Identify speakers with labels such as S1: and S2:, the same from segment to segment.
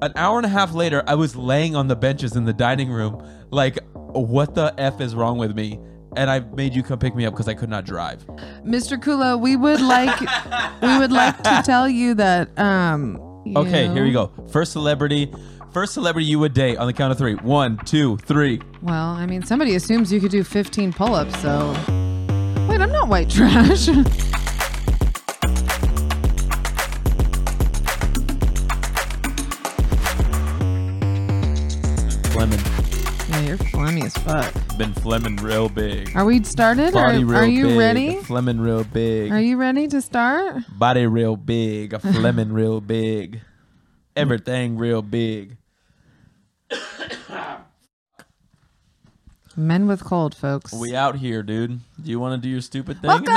S1: An hour and a half later, I was laying on the benches in the dining room, like, what the F is wrong with me? And I made you come pick me up because I could not drive.
S2: Mr. Kula, we would like we would like to tell you that um
S1: Okay,
S2: you-
S1: here we go. First celebrity, first celebrity you would date on the count of three. One, two, three.
S2: Well, I mean somebody assumes you could do 15 pull-ups, so Wait, I'm not white trash.
S1: Fleming.
S2: yeah, you're phlegmy as fuck.
S1: Been Fleming real big.
S2: Are we started? Are,
S1: Body real
S2: are you
S1: big.
S2: ready?
S1: Fleming real big.
S2: Are you ready to start?
S1: Body real big. A Fleming real big. Everything real big.
S2: Men with cold, folks.
S1: We out here, dude. Do you want to do your stupid thing?
S2: Welcome!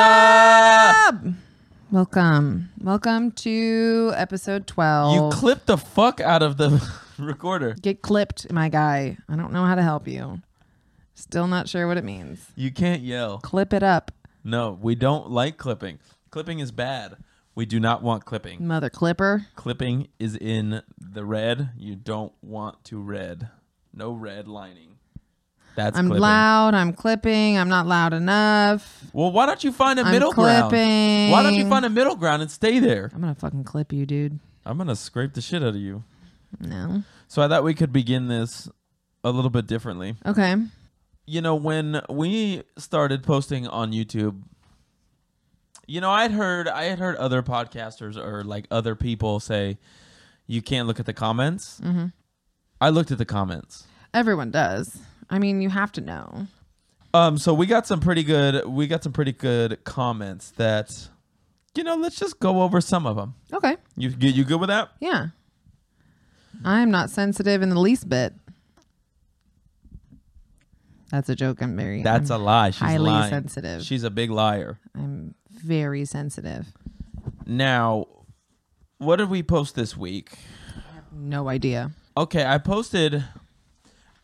S1: Nah!
S2: Welcome. Welcome to episode 12.
S1: You clipped the fuck out of the recorder.
S2: Get clipped, my guy. I don't know how to help you. Still not sure what it means.
S1: You can't yell.
S2: Clip it up,
S1: No, we don't like clipping. Clipping is bad. We do not want clipping.
S2: mother clipper.
S1: Clipping is in the red. You don't want to red. No red lining. That's
S2: I'm
S1: clipping.
S2: loud. I'm clipping. I'm not loud enough.
S1: Well, why don't you find a
S2: I'm
S1: middle ground? Why don't you
S2: clipping.
S1: find a middle ground and stay there?
S2: I'm going to fucking clip you, dude.
S1: I'm gonna scrape the shit out of you.
S2: No.
S1: So I thought we could begin this a little bit differently.
S2: Okay.
S1: you know when we started posting on youtube you know i'd heard i had heard other podcasters or like other people say you can't look at the comments mm-hmm. i looked at the comments
S2: Everyone does. I mean, you have to know.
S1: um so we got some pretty good we got some pretty good comments that you know let's just go over some of them
S2: Okay.
S1: you you, you good with that
S2: Yeah. I'm not sensitive in the least bit. That's a joke. I'm very.
S1: that's a
S2: I'm,
S1: lie she's
S2: highly
S1: lying.
S2: sensitive.
S1: she's a big liar
S2: I'm very sensitive.
S1: now what did we post this week
S2: No idea.
S1: Okay, I posted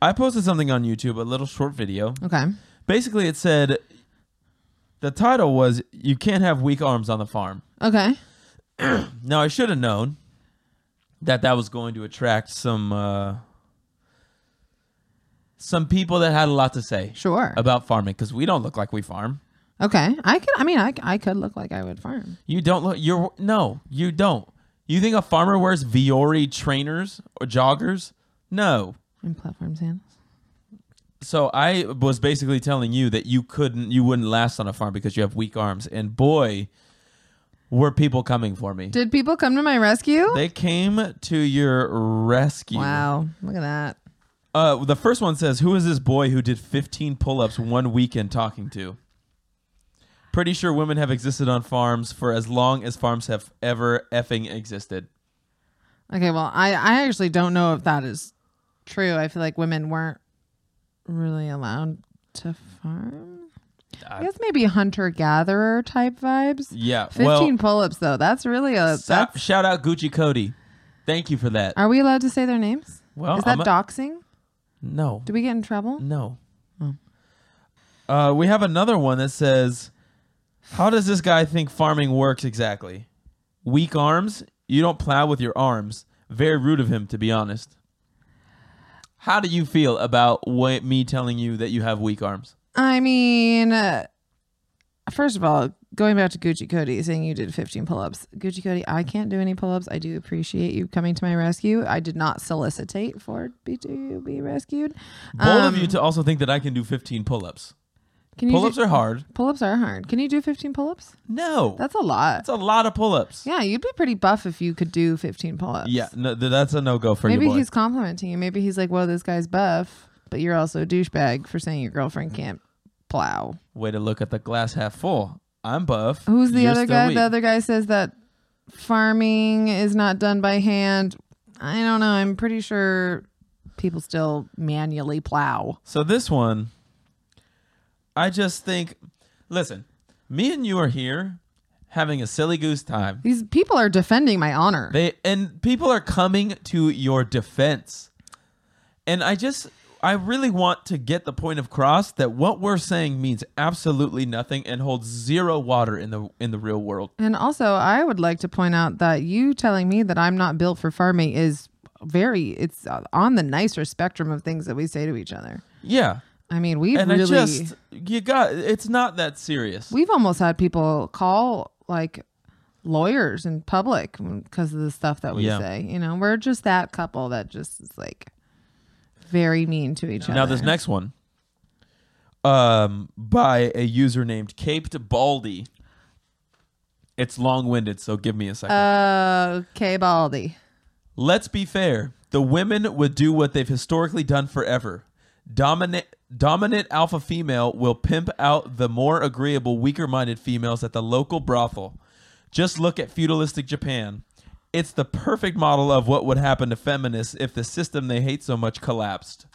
S1: I posted something on YouTube, a little short video.
S2: Okay.
S1: Basically, it said the title was "You Can't Have Weak Arms on the Farm."
S2: Okay.
S1: Now, I should have known that that was going to attract some uh, some people that had a lot to say
S2: Sure.
S1: about farming because we don't look like we farm.
S2: Okay. I could. I mean, I, I could look like I would farm.
S1: You don't look. You're no. You don't. You think a farmer wears Viore trainers or joggers? No.
S2: in platform sandals.
S1: So I was basically telling you that you couldn't, you wouldn't last on a farm because you have weak arms. And boy, were people coming for me.
S2: Did people come to my rescue?
S1: They came to your rescue.
S2: wow. Look at that.
S1: Uh, the first one says, "Who is this boy who did 15 pull-ups one weekend talking to?" Pretty sure women have existed on farms for as long as farms have ever effing existed.
S2: Okay. Well, I I actually don't know if that is true. I feel like women weren't really allowed to farm. I guess maybe hunter gatherer type vibes.
S1: Yeah.
S2: Fifteen pull-ups though. That's really a.
S1: well, so-
S2: That's.
S1: shout out Gucci Cody. Thank you for that.
S2: Are we allowed to say their names?
S1: Well,
S2: is that
S1: I'm a-
S2: doxing?
S1: No.
S2: Do we get in trouble?
S1: No. Oh. Uh, we have another one that says, "How does this guy think farming works exactly? Weak arms? You don't plow with your arms. Very rude of him, to be honest." How do you feel about wha- me telling you that you have weak arms?
S2: I mean, uh, first of all, going back to Gucci Cody saying you did 15 pull-ups. Gucci Cody, I can't do any pull-ups. I do appreciate you coming to my rescue. I did not solicitate for be to be rescued.
S1: Both of you to also think that I can do 15 pull-ups.
S2: Can Um, you
S1: Pull-ups
S2: do-
S1: are hard.
S2: pull-ups are hard. Can you do 15 pull-ups?
S1: No, that's,
S2: That's a lot.
S1: a lot of pull-ups.
S2: yeah, you'd be pretty buff if you could do 15 pull-ups.
S1: Yeah, no, th- that's a no go for
S2: Maybe
S1: you, boy.
S2: he's complimenting you. Maybe he's like, "Whoa, this guy's buff," but you're also a douchebag for saying your girlfriend can't plow.
S1: Way to look at the glass half full. I'm buff.
S2: Who's the
S1: You're
S2: other
S1: still
S2: guy?
S1: weak.
S2: The other guy says that farming is not done by hand. I don't know. I'm pretty sure people still manually plow.
S1: So this one, I just think, listen, me and you are here having a silly goose time.
S2: These people are defending my honor.
S1: They and people are coming to your defense, and I just, I really want to get the point across that what we're saying means absolutely nothing and holds zero water in the in the real world.
S2: and also, I would like to point out that you telling me that I'm not built for farming is very it's uh, on the nicer spectrum of things that we say to each other.
S1: Yeah.
S2: I mean, we've
S1: And
S2: really
S1: I just you got it's not that serious.
S2: we've almost had people call like lawyers in public because of the stuff that we
S1: Yeah.
S2: say. You know, we're just that couple that just is like very mean to each other.
S1: Now this next one, um, by a user named Caped Baldy. It's long-winded, so give me a second.
S2: Uh, okay, Baldy.
S1: Let's be fair. The women would do what they've historically done forever. Dominant dominant alpha female will pimp out the more agreeable weaker minded females at the local brothel. Just look at feudalistic Japan. It's the perfect model of what would happen to feminists if the system they hate so much collapsed.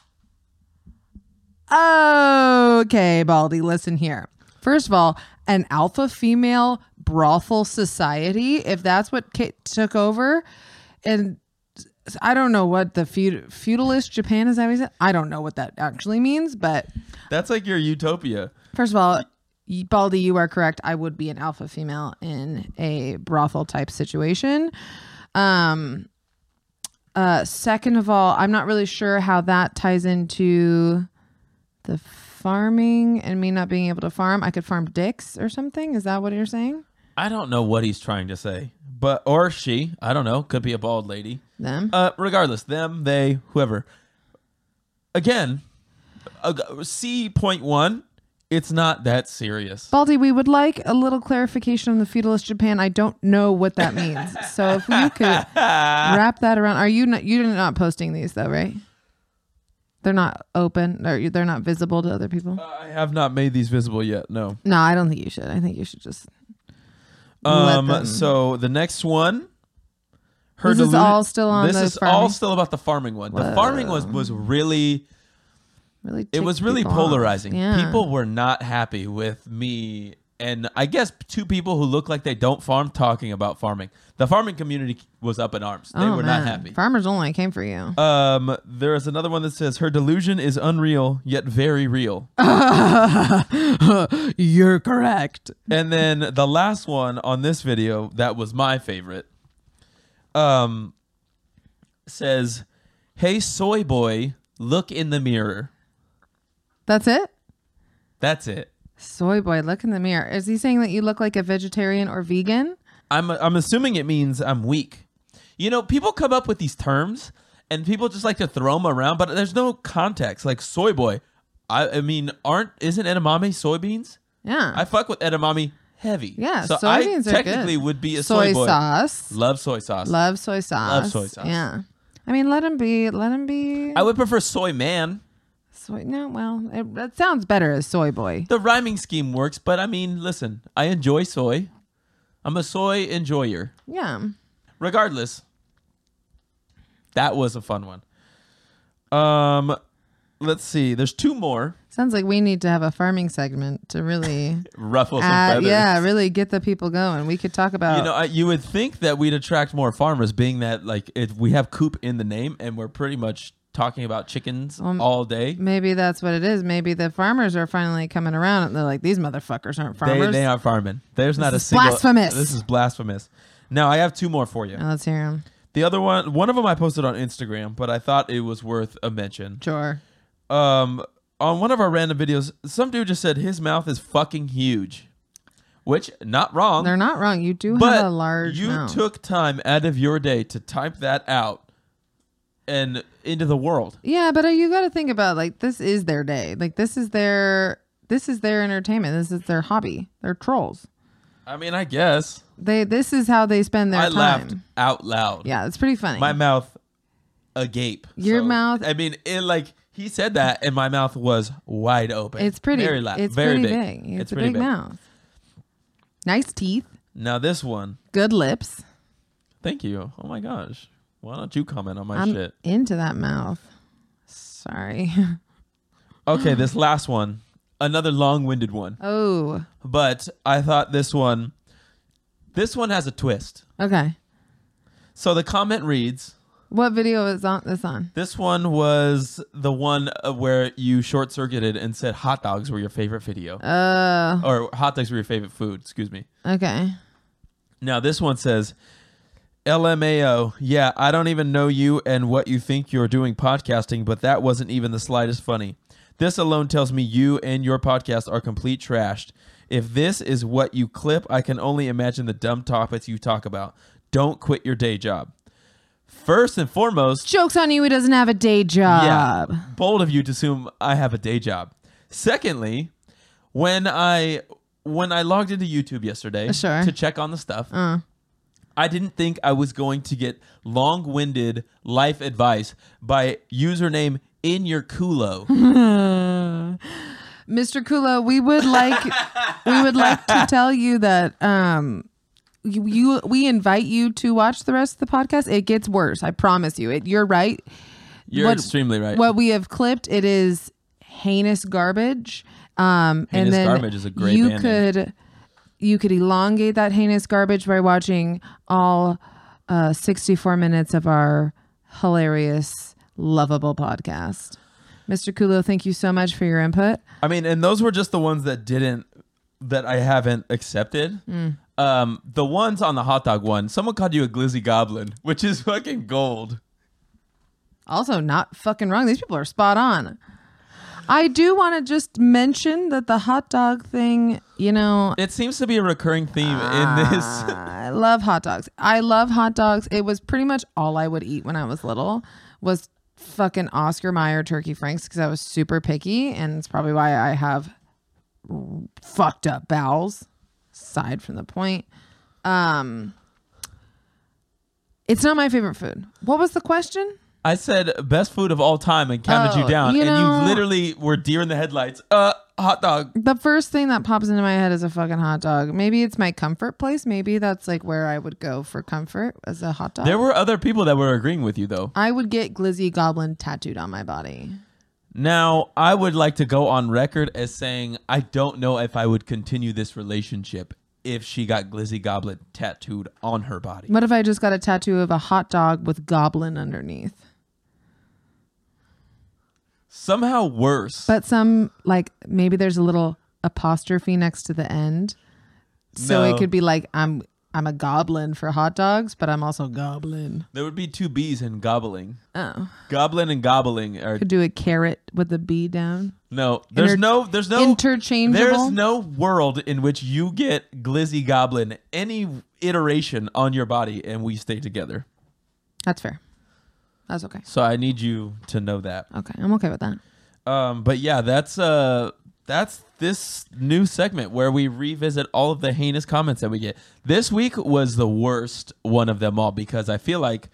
S2: Okay, Baldy, listen here. First of all, an alpha female brothel society, if that's what Kate took over, and I don't know what the feud- feudalist Japan is, that what you said? I don't know what that actually means, but
S1: That's like your utopia.
S2: first of all, y- Baldy, you are correct. I would be an alpha female in a brothel type situation. Um, uh, second of all, I'm not really sure how that ties into the farming and me not being able to farm. I could farm dicks or something. Is that what you're saying?
S1: I don't know what he's trying to say. But or she, I don't know, could be a bald lady.
S2: Them.
S1: Uh, regardless, them, they, whoever. Again, uh, C point one. It's not that serious.
S2: Baldy, we would like a little clarification on the feudalist Japan. I don't know what that means. so if you could wrap that around. Are you not, you're not posting these though, right? They're not open or you- they're not visible to other people.
S1: I have not made these visible yet. No.
S2: No, I don't think you should. I think you should just. Let
S1: Um.
S2: them-
S1: So the next one.
S2: This is
S1: deluded-
S2: all still on
S1: This
S2: the
S1: is
S2: farming?
S1: all still about the farming one. The farming one was really.
S2: Really,
S1: It
S2: tick
S1: was really
S2: people off.
S1: polarizing.
S2: Yeah.
S1: People were not happy with me and I guess two people who look like they don't farm talking about farming. The farming community was up in arms. They
S2: Oh,
S1: were
S2: man.
S1: not happy.
S2: Farmers only came for you.
S1: Um, there is another one that says her delusion is unreal yet very real.
S2: You're correct.
S1: and then the last one on this video that was my favorite. Um, says, "Hey soy boy, look in the mirror."
S2: That's it.
S1: That's it.
S2: Soy boy, look in the mirror. Is he saying that you look like a vegetarian or vegan?
S1: I'm I'm assuming it means I'm weak. You know, people come up with these terms and people just like to throw them around, but there's no context. Like soy boy, I, I mean, aren't isn't edamame soybeans?
S2: Yeah.
S1: I fuck with edamame heavy.
S2: Yeah,
S1: so
S2: soybeans
S1: I
S2: are
S1: technically
S2: good.
S1: would be a
S2: soy
S1: soy, boy.
S2: sauce.
S1: Love soy sauce.
S2: Love soy sauce.
S1: soy sauce.
S2: Yeah. I mean, let him be. Let him be.
S1: I would prefer soy man.
S2: soy. No, well, it, it sounds better as soy boy.
S1: The rhyming scheme works, but I mean, listen, I enjoy soy. I'm a soy enjoyer.
S2: Yeah.
S1: Regardless, that was a fun one. Um, let's see. There's two more.
S2: Sounds like we need to have a farming segment to really,
S1: Ruffle some
S2: add-
S1: feathers.
S2: Uh, yeah, really get the people going. We could talk about
S1: You know, I, you would think that we'd attract more farmers, being that like if we have coop in the name, and we're pretty much talking about chickens
S2: Um,
S1: all day.
S2: Maybe that's what it is. Maybe the farmers are finally coming around. and They're like, these motherfuckers aren't
S1: They,
S2: farmers.
S1: they are farming. There's not a
S2: is
S1: single.
S2: blasphemous. Oh.
S1: This is blasphemous. Now I have two more for you.
S2: Now let's hear them.
S1: The other one, one of them I posted on Instagram, but I thought it was worth a mention.
S2: Sure.
S1: Um, on one of our random videos, some dude just said his mouth is fucking huge, which not wrong.
S2: They're not wrong. You do
S1: but
S2: have a large
S1: you
S2: mouth.
S1: took time out of your day to type that out and into the world.
S2: yeah, but uh, you got to think about like this is their day. Like this is their this is their entertainment. This is their hobby. They're trolls.
S1: I mean, I guess
S2: They this is how they spend their
S1: I
S2: time.
S1: laughed out loud.
S2: Yeah, it's pretty funny.
S1: my mouth agape.
S2: Your
S1: So,
S2: mouth-
S1: I mean, it like he said that, and my mouth was wide open.
S2: it's pretty.
S1: very loud,
S2: It's
S1: very
S2: pretty
S1: big.
S2: big. It's, a big, mouth. Nice teeth.
S1: Now this one,
S2: Good lips.
S1: thank you. Oh my gosh, why don't you comment on my
S2: I'm
S1: Oh, shit?
S2: into that mouth. Sorry.
S1: Okay, this last one, another long-winded one,
S2: oh.
S1: but I thought this one, this one has a twist.
S2: Okay.
S1: So the comment reads.
S2: What video is on this on?
S1: This one was the one uh, where you short circuited and said hot dogs were your favorite video,
S2: Uh
S1: or hot dogs were your favorite food. Excuse me.
S2: okay.
S1: Now this one says, LMAO. Yeah, I don't even know you and what you think you're doing podcasting, but that wasn't even the slightest funny. This alone tells me you and your podcast are complete trashed. If this is what you clip, I can only imagine the dumb topics you talk about. Don't quit your day job. First and foremost,
S2: Jokes on you. He doesn't have a day job.
S1: yeah, bold of you to assume I have a day job. Secondly, when I when I logged into YouTube yesterday
S2: Sure. Uh.
S1: to check on the stuff, I didn't think I was going to get long-winded life advice by username in your culo.
S2: Mr. Kula, we would like we would like to tell you that um you, you we invite you to watch the rest of the podcast. It gets worse. I promise you. It you're right.
S1: You're
S2: What-
S1: extremely right.
S2: What we have clipped, it is heinous garbage. Um
S1: Heinous
S2: and then
S1: Garbage is a great
S2: you
S1: band name.
S2: could you could elongate that heinous garbage by watching all uh 64 minutes of our hilarious lovable podcast. Mr. Kulo, thank you so much for your input.
S1: I mean, and those were just the ones that didn't that I haven't accepted.
S2: Mm.
S1: Um, the ones on the hot dog one, someone called you a glizzy goblin, which is fucking gold.
S2: Also, not fucking wrong. These people are spot on. I do want to just mention that the hot dog thing, you know,
S1: It seems to be a recurring theme in this.
S2: I love hot dogs. I love hot dogs. It was pretty much all I would eat when I was little was fucking Oscar Mayer turkey franks because I was super picky and it's probably why I have fucked up bowels aside from the point. Um It's not my favorite food. What was the question?
S1: I said best food of all time and counted
S2: Oh,
S1: you down,
S2: you
S1: and
S2: know-
S1: you literally were deer in the headlights. Uh, hot dog.
S2: the first thing that pops into my head is a fucking hot dog. Maybe it's my comfort place. Maybe that's like where I would go for comfort as a hot dog.
S1: There were other people that were agreeing with you though.
S2: I would get Glizzy Goblin tattooed on my body.
S1: Now, I would like to go on record as saying I don't know if I would continue this relationship if she got Glizzy Goblet tattooed on her body.
S2: What if I just got a tattoo of a hot dog with goblin underneath?
S1: Somehow worse.
S2: But some like maybe there's a little apostrophe next to the end. So
S1: No.
S2: it could be like I'm I'm a goblin for hot dogs, but I'm also goblin.
S1: There would be two B's in gobbling.
S2: Oh.
S1: Goblin and gobbling are
S2: Could do a carrot with a B down.
S1: no. There's
S2: Inter-
S1: no. There's no.
S2: interchangeable.
S1: There's no world in which you get Glizzy Goblin any iteration on your body and we stay together.
S2: That's fair. That's okay.
S1: So I need you to know that.
S2: Okay. I'm okay with that.
S1: Um, but yeah, that's uh, that's this new segment where we revisit all of the heinous comments that we get. This week was the worst one of them all because I feel like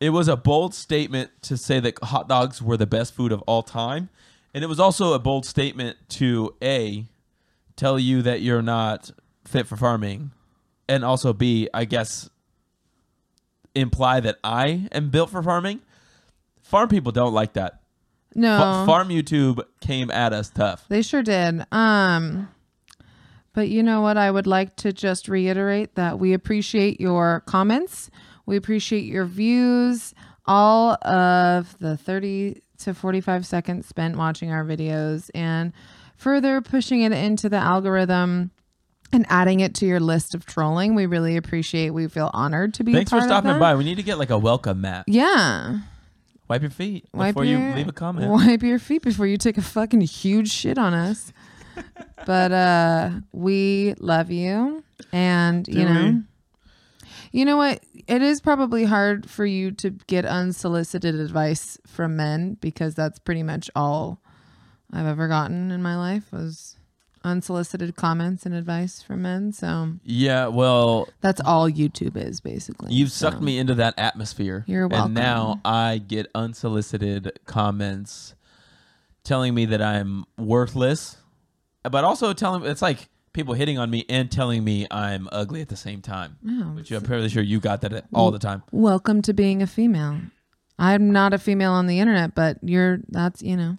S1: it was a bold statement to say that hot dogs were the best food of all time, and it was also a bold statement to a tell you that you're not fit for farming, and also b I guess imply that I am built for farming. Farm people don't like that.
S2: No.
S1: Fa- Farm YouTube came at us tough.
S2: They sure did. Um, but you know what? I would like to just reiterate that we appreciate your comments. We appreciate your views. All of the 30 to 45 seconds spent watching our videos and further pushing it into the algorithm and adding it to your list of trolling. We really appreciate. We feel honored to be. a
S1: Thanks for
S2: part of
S1: stopping
S2: that.
S1: by. We need to get like a welcome mat.
S2: Yeah.
S1: Wipe your feet
S2: Wipe
S1: before
S2: your-
S1: you leave a comment.
S2: Wipe your feet before you take a fucking huge shit on us. but uh we love you and you
S1: Do
S2: know
S1: we?
S2: you know what it is probably hard for you to get unsolicited advice from men because that's pretty much all I've ever gotten in my life was unsolicited comments and advice from men. So
S1: Yeah, well,
S2: that's all YouTube is basically.
S1: you've
S2: So-
S1: sucked me into that atmosphere.
S2: You're
S1: And
S2: welcome.
S1: now I get unsolicited comments telling me that I'm worthless, but also telling it's like people hitting on me and telling me I'm ugly at the same time.
S2: Oh,
S1: Which I'm fairly sure you got that all the time.
S2: welcome to being a female. I'm not a female on the internet, but you're that's you know.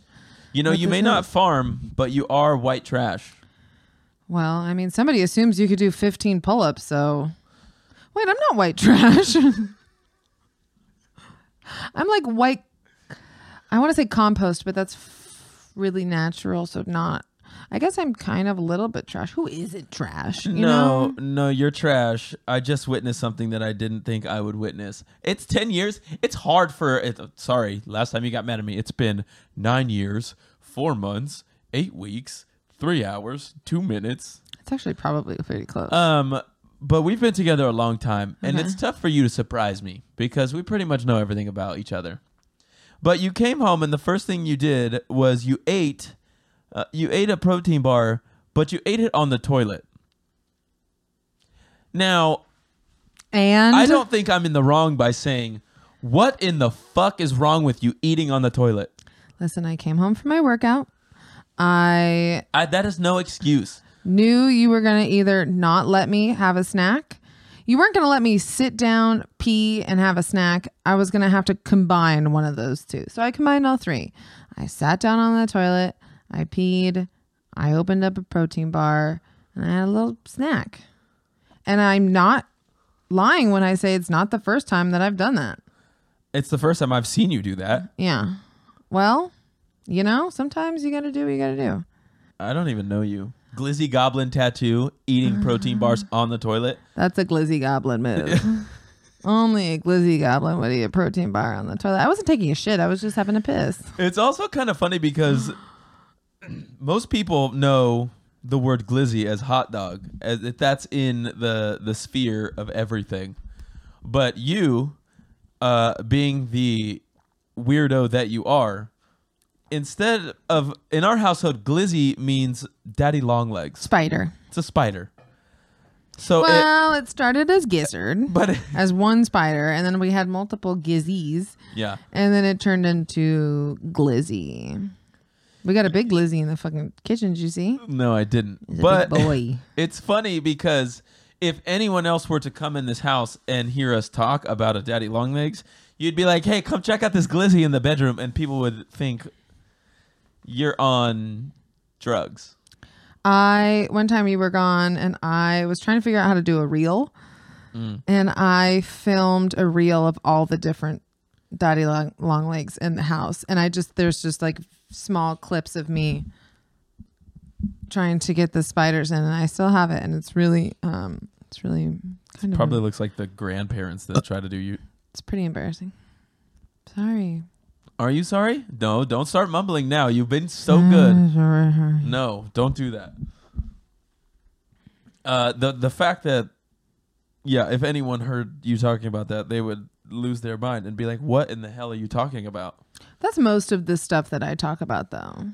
S1: You know,
S2: What
S1: you
S2: the
S1: may
S2: hell?
S1: not farm, but you are white trash.
S2: Well, I mean, somebody assumes you could do 15 pull-ups, so wait, I'm not white trash. I'm like white. I want to say compost, but that's f- really natural, so not. I guess I'm kind of a little bit trash. Who isn't trash? You
S1: no,
S2: know?
S1: no, you're trash. I just witnessed something that I didn't think I would witness. It's 10 years. It's hard for it. Sorry, last time you got mad at me, it's been nine years, four months, eight weeks, three hours, two minutes.
S2: It's actually probably pretty close.
S1: Um, but we've been together a long time, and
S2: Okay.
S1: it's tough for you to surprise me because we pretty much know everything about each other. But you came home, and the first thing you did was you ate, uh, you ate a protein bar, but you ate it on the toilet. Now,
S2: and
S1: I don't think I'm in the wrong by saying, "What in the fuck is wrong with you eating on the toilet?"
S2: listen, I came home from my workout. I
S1: I, that is no excuse.
S2: knew you were going to either not let me have a snack. You weren't going to let me sit down, pee, and have a snack. I was going to have to combine one of those two. So I combined all three. I sat down on the toilet, I peed, I opened up a protein bar, and I had a little snack. And I'm not lying when I say it's not the first time that I've done that.
S1: It's the first time I've seen you do that.
S2: Yeah. Well, you know, sometimes you got to do what you got to do.
S1: I don't even know you. Glizzy Goblin tattoo, eating protein bars on the toilet.
S2: That's a glizzy goblin move. Only a glizzy goblin would eat a protein bar on the toilet. I wasn't taking a shit. I was just having a piss.
S1: It's also kind of funny because most people know the word glizzy as hot dog, as if that's in the the sphere of everything. But you, uh, being the weirdo that you are, instead of in our household, glizzy means daddy long legs.
S2: Spider.
S1: It's a spider. So, Oh, it,
S2: Well, it started as gizzard,
S1: but
S2: as one spider, and then we had multiple gizzies,
S1: yeah,
S2: and then it turned into glizzy. We got a big glizzy in the fucking kitchen. Did you see?
S1: no, I didn't.
S2: He's a
S1: but
S2: big boy.
S1: It's funny because if anyone else were to come in this house and hear us talk about a daddy long legs, you'd be like, "Hey, come check out this glizzy in the bedroom," and people would think you're on drugs.
S2: I one time you were gone and I was trying to figure out how to do a reel.
S1: Mm.
S2: And I filmed a reel of all the different daddy long, long legs in the house. And I just there's just like small clips of me trying to get the spiders in and I still have it and it's really um it's really kind of
S1: Probably looks like the grandparents that try to do you.
S2: it's pretty embarrassing. Sorry.
S1: Are you sorry? No, don't start mumbling now. You've been so
S2: Mm-hmm.
S1: good. No, don't do that. Uh, the the fact that yeah, if anyone heard you talking about that, they would lose their mind and be like, "What in the hell are you talking about?"
S2: That's most of the stuff that I talk about though.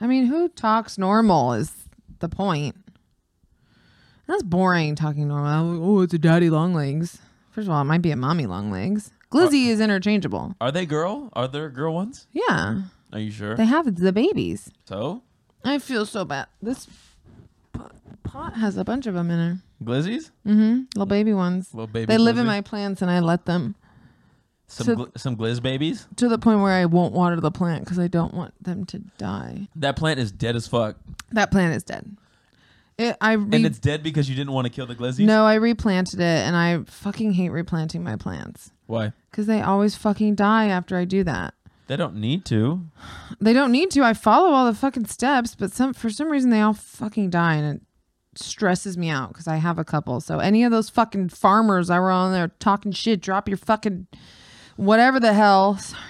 S2: I mean, who talks normal is the point. That's boring talking normal. Oh, it's a daddy long legs. First of all, it might be a mommy long legs. Glizzy is interchangeable.
S1: Are they girl? Are there girl ones?
S2: Yeah.
S1: Are you sure?
S2: They have the babies.
S1: so
S2: I feel so bad. This pot, pot has a bunch of them in her.
S1: glizzies,
S2: Mm-hmm. Little baby ones.
S1: little baby.
S2: They live in
S1: glizzy?
S2: my plants and I let them
S1: some
S2: so-
S1: gl- some glizz babies.
S2: to the point where I won't water the plant because I don't want them to die.
S1: That plant is dead as fuck,
S2: That plant is dead. It, I re-
S1: and it's dead because you didn't want to kill the glizzies.
S2: No, I replanted it and I fucking hate replanting my plants
S1: Why?
S2: because they always fucking die after I do that.
S1: They don't need to.
S2: They don't need to. I follow all the fucking steps, but some for some reason they all fucking die and it stresses me out because I have a couple. So any of those fucking farmers that were on there talking shit, drop your fucking whatever the hell. Sorry.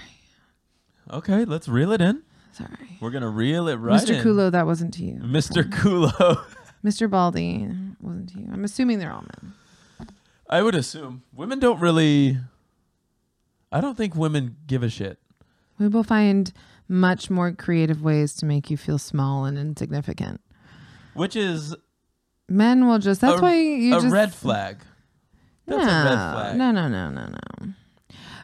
S1: Okay, let's reel it in.
S2: Sorry.
S1: We're gonna reel it right
S2: Mr.
S1: in.
S2: Kulo, that wasn't to you.
S1: Mr. Kulo.
S2: Mr. Baldy, wasn't to you. I'm assuming they're all men.
S1: I would assume women don't really. I don't think women give a shit.
S2: We will find much more creative ways to make you feel small and insignificant.
S1: Which is
S2: Men will just. That's
S1: a,
S2: why you
S1: a
S2: just.
S1: red flag. That's
S2: no,
S1: a red flag.
S2: No, no, no, no, no.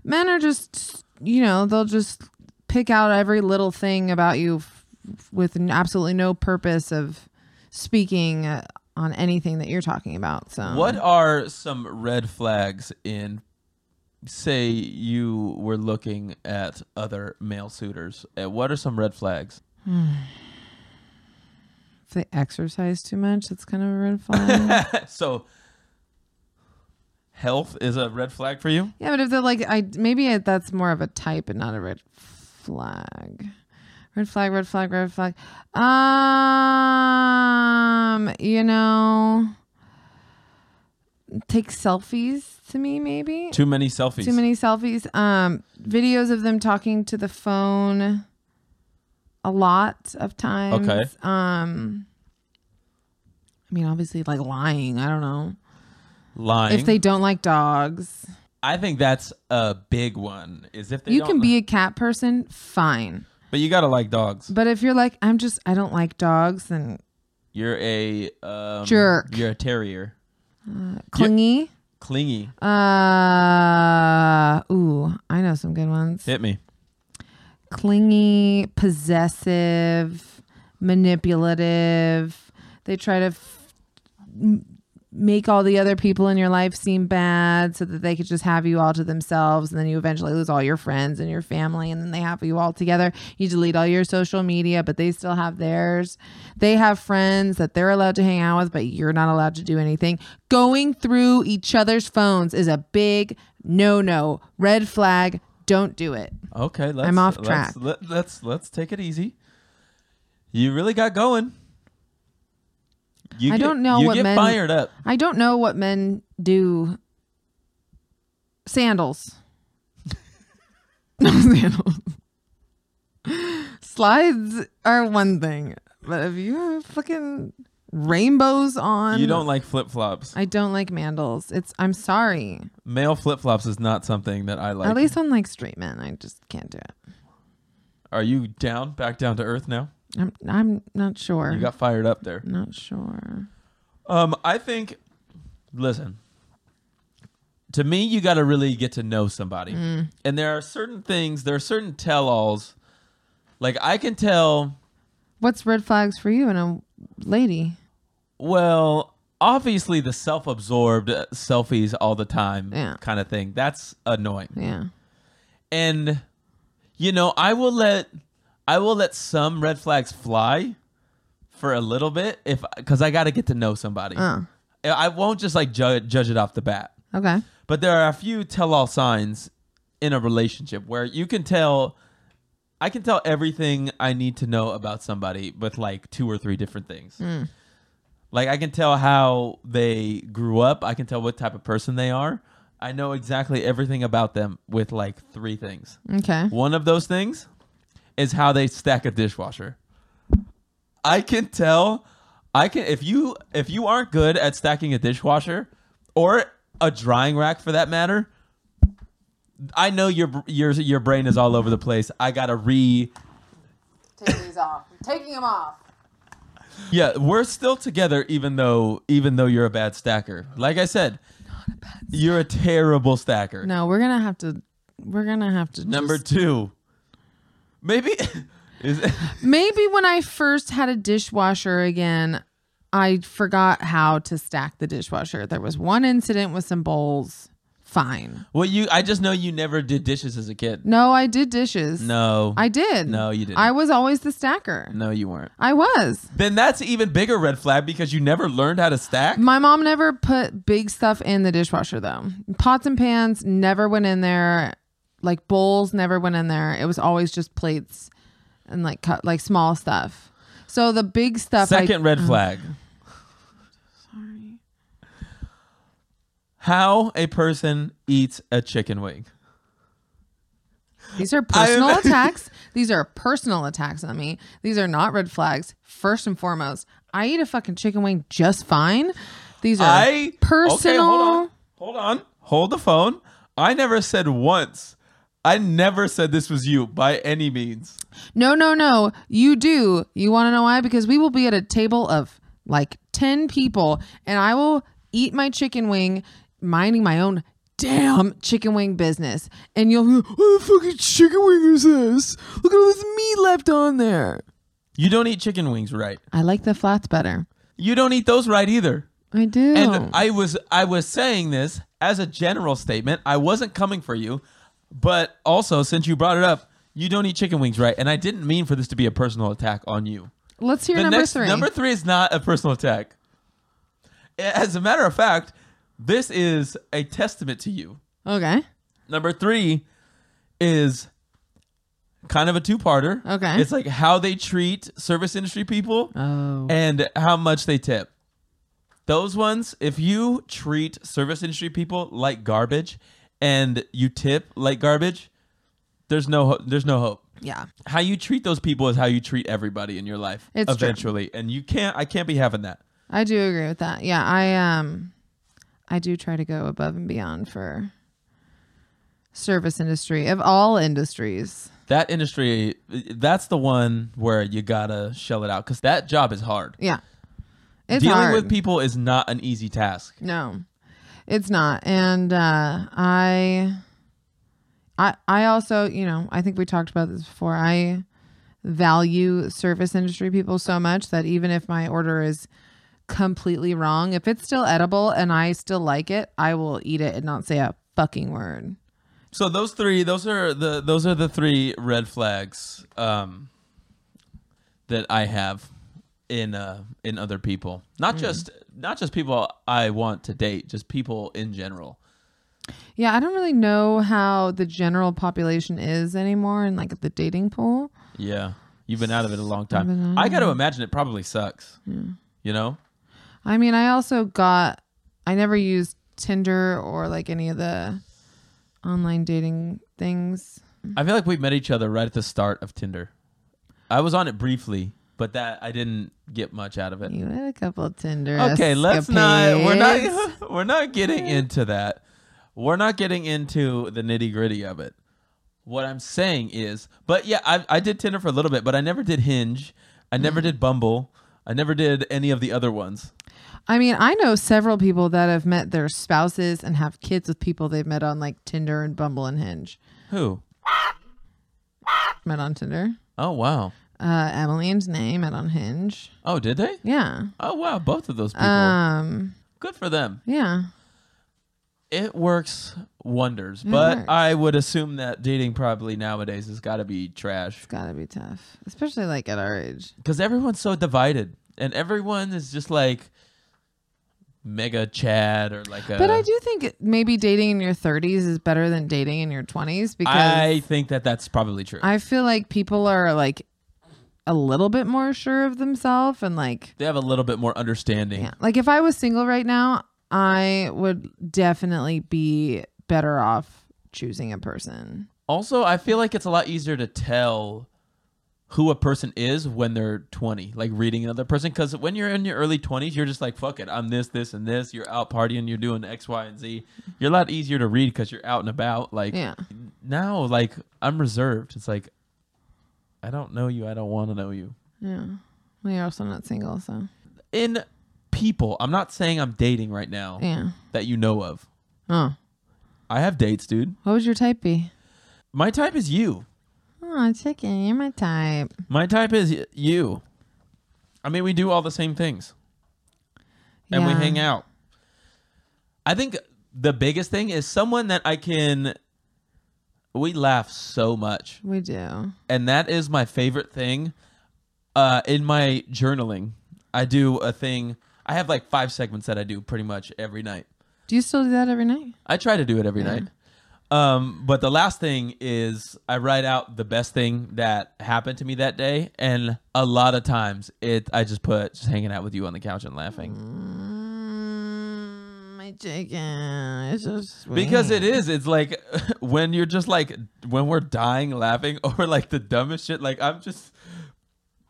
S2: Men are just. You know, they'll just pick out every little thing about you f- with n- absolutely no purpose of speaking uh, on anything that you're talking about. So
S1: What are some red flags in, say, you were looking at other male suitors? Uh, what are some red flags?
S2: if they exercise too much? That's kind of a red flag.
S1: so, health is a red flag for you?
S2: yeah, but if they're like, I maybe I, that's more of a type and not a red flag. Red flag, red flag, red flag. Um, you know, take selfies to me, maybe.
S1: Too many selfies.
S2: Too many selfies. Um, videos of them talking to the phone a lot of times.
S1: Okay.
S2: Um, I mean, obviously, like lying. I don't know.
S1: Lying.
S2: If they don't like dogs,
S1: I think that's a big one. Is if they
S2: you
S1: don't
S2: can
S1: li-
S2: be a cat person, fine.
S1: but you gotta like dogs.
S2: But if you're like, I'm just, I don't like dogs, then
S1: You're a um,
S2: Jerk.
S1: You're a terrier.
S2: clingy.
S1: Clingy.
S2: Uh, ooh, I know some good ones.
S1: Hit me.
S2: Clingy, possessive, manipulative. They try to f- m- make all the other people in your life seem bad so that they could just have you all to themselves. And then you eventually lose all your friends and your family. And then they have you all together. You delete all your social media, but they still have theirs. They have friends that they're allowed to hang out with, but you're not allowed to do anything. Going through each other's phones is a big no no. Red flag. Don't do it.
S1: Okay, let's.
S2: I'm off
S1: let's-
S2: track.
S1: Let, let's let's take it easy. You really got going. You
S2: I don't know
S1: you
S2: what
S1: get
S2: men-
S1: fired up.
S2: I don't know what men do. Sandals. no sandals. Slides are one thing, but if you have fucking rainbows on,
S1: You don't like flip flops.
S2: I don't like mandals. It's. I'm sorry.
S1: Male flip flops is not something that I like.
S2: At least on like straight men, I just can't do it.
S1: Are you down? Back down to earth now?
S2: I'm. I'm not sure.
S1: You got fired up there.
S2: not sure.
S1: Um, I think. Listen. To me, you got to really get to know somebody,
S2: Mm.
S1: and there are certain things. There are certain tell-alls. Like I can tell.
S2: What's red flags for you and a lady?
S1: Well, obviously the self-absorbed uh, selfies all the time
S2: Yeah.
S1: kind of thing. That's annoying.
S2: Yeah.
S1: And you know, I will let I will let some red flags fly for a little bit if cuz I got to get to know somebody.
S2: Oh.
S1: I won't just like judge judge it off the bat.
S2: Okay.
S1: But there are a few tell-all signs in a relationship where you can tell I can tell everything I need to know about somebody with like two or three different things. Like I can tell how they grew up, I can tell what type of person they are. I know exactly everything about them with like three things.
S2: Okay.
S1: One of those things is how they stack a dishwasher. I can tell I can if you if you aren't good at stacking a dishwasher or a drying rack for that matter, I know your br- your your brain is all over the place. I got to re
S2: Take these off. I'm taking them off.
S1: Yeah, we're still together even though even though you're a bad stacker. Like I said, you're a terrible stacker.
S2: No, we're gonna have to. We're gonna have to.
S1: Number
S2: just-
S1: 2. Maybe is
S2: maybe when I first had a dishwasher again, I forgot how to stack the dishwasher. There was one incident with some bowls. Fine.
S1: Well, you I just know you never did dishes as a kid.
S2: No, I did dishes.
S1: No.
S2: I did.
S1: No, you didn't.
S2: I was always the stacker.
S1: no, you weren't.
S2: I was.
S1: Then that's even bigger red flag because you never learned how to stack.
S2: My mom never put big stuff in the dishwasher though. Pots and pans never went in there. Like bowls never went in there. It was always just plates and like cut like small stuff. So the big stuff I- Mm.
S1: Second red flag. How a person eats a chicken wing.
S2: These are personal
S1: I'm-
S2: attacks. These are personal attacks on me. These are not red flags. First and foremost, I eat a fucking chicken wing just fine. These are
S1: I Okay,
S2: personal.
S1: hold on. Hold on. Hold the phone. I never said once. I never said this was you by any means.
S2: No, no, no. You do. You want to know why? Because we will be at a table of like 10 people and I will eat my chicken wing, minding my own damn chicken wing business. And you'll, what the fucking chicken wing is this? Look at all this meat left on there.
S1: You don't eat chicken wings right.
S2: I like the flats better.
S1: You don't eat those right either.
S2: I do.
S1: And I was I was saying this as a general statement. I wasn't coming for you, but also since you brought it up, you don't eat chicken wings, right? And I didn't mean for this to be a personal attack on you.
S2: Let's hear
S1: the
S2: number
S1: next
S2: three.
S1: number three is not a personal attack. As a matter of fact, this is a testament to you.
S2: okay.
S1: Number three is kind of a two-parter.
S2: Okay.
S1: It's like how they treat service industry people
S2: Oh.
S1: and how much they tip. Those ones, if you treat service industry people like garbage and you tip like garbage, there's no ho- there's no hope.
S2: yeah.
S1: How you treat those people is how you treat everybody in your life
S2: It's true.
S1: eventually. And you can't I can't be having that.
S2: I do agree with that. Yeah, I um I do try to go above and beyond for service industry of all industries.
S1: That industry that's the one where you got to shell it out cuz that job is hard.
S2: Yeah. It's
S1: Dealing
S2: hard.
S1: with people is not an easy task.
S2: No, it's not. And uh, I, I, I also, you know, I think we talked about this before. I value service industry people so much that even if my order is completely wrong, if it's still edible and I still like it, I will eat it and not say a fucking word.
S1: So those three, those are the those are the three red flags um, that I have in uh, in other people.
S2: Hmm.
S1: Not just not just people I want to date, just people in general.
S2: Yeah, I don't really know how the general population is anymore in like the dating pool.
S1: Yeah, you've been out of it a long
S2: I've been
S1: time.
S2: out Hmm.
S1: I got to imagine it probably sucks. You know,
S2: I mean, I also got I never used Tinder or like any of the online dating things.
S1: I feel like we met each other right at the start of Tinder. I was on it briefly, but that I didn't get much out of it.
S2: You had a couple of Tinder.
S1: okay let's not we're
S2: escapades.
S1: not we're not getting into that we're not getting into the nitty gritty of it what i'm saying is but yeah I, I did tinder for a little bit but i never did hinge i never did bumble i never did any of the other ones
S2: I mean, I know several people that have met their spouses and have kids with people they've met on like Tinder and Bumble and Hinge.
S1: who
S2: Met on Tinder.
S1: oh wow
S2: Uh, Emily and Nay met on Hinge.
S1: oh did they
S2: Yeah.
S1: oh wow both of those people
S2: Um.
S1: good for them
S2: Yeah.
S1: it works wonders but
S2: works.
S1: i would assume that dating probably nowadays has got to be trash
S2: It's gotta be tough, especially like at our age.
S1: because everyone's so divided and everyone is just like mega chad or like a
S2: But I do think maybe dating in your 30s is better than dating in your 20s because
S1: I think that that's probably true
S2: I feel like people are like a little bit more sure of themselves and like
S1: they have a little bit more understanding
S2: yeah. Like if I was single right now, I would definitely be better off choosing a person.
S1: also i feel like it's a lot easier to tell who a person is when they're 20 like reading another person because when you're in your early 20s you're just like fuck it i'm this this and this you're out partying you're doing x y and z you're a lot easier to read because you're out and about like
S2: Yeah.
S1: now like i'm reserved it's like i don't know you i don't want to know you
S2: Yeah. Well, you're also not single, so
S1: in people. I'm not saying I'm dating right now
S2: yeah.
S1: that you know of.
S2: Oh.
S1: I have dates, dude.
S2: What would your type be?
S1: My type is you.
S2: Oh, chicken, you're my type.
S1: My type is y- you. I mean, we do all the same things and we
S2: Yeah.
S1: hang out. I think the biggest thing is someone that I can. We laugh so much.
S2: We do.
S1: and that is my favorite thing uh in my journaling i do a thing i have like five segments that i do pretty much every night
S2: Do you still do that every night?
S1: i try to do it every night um but the last thing is i write out the best thing that happened to me that day and a lot of times it i just put just hanging out with you on the couch and laughing
S2: Mm, my chicken. It's so sweet.
S1: Because it is. It's like when you're just like when we're dying laughing over like the dumbest shit. Like I'm just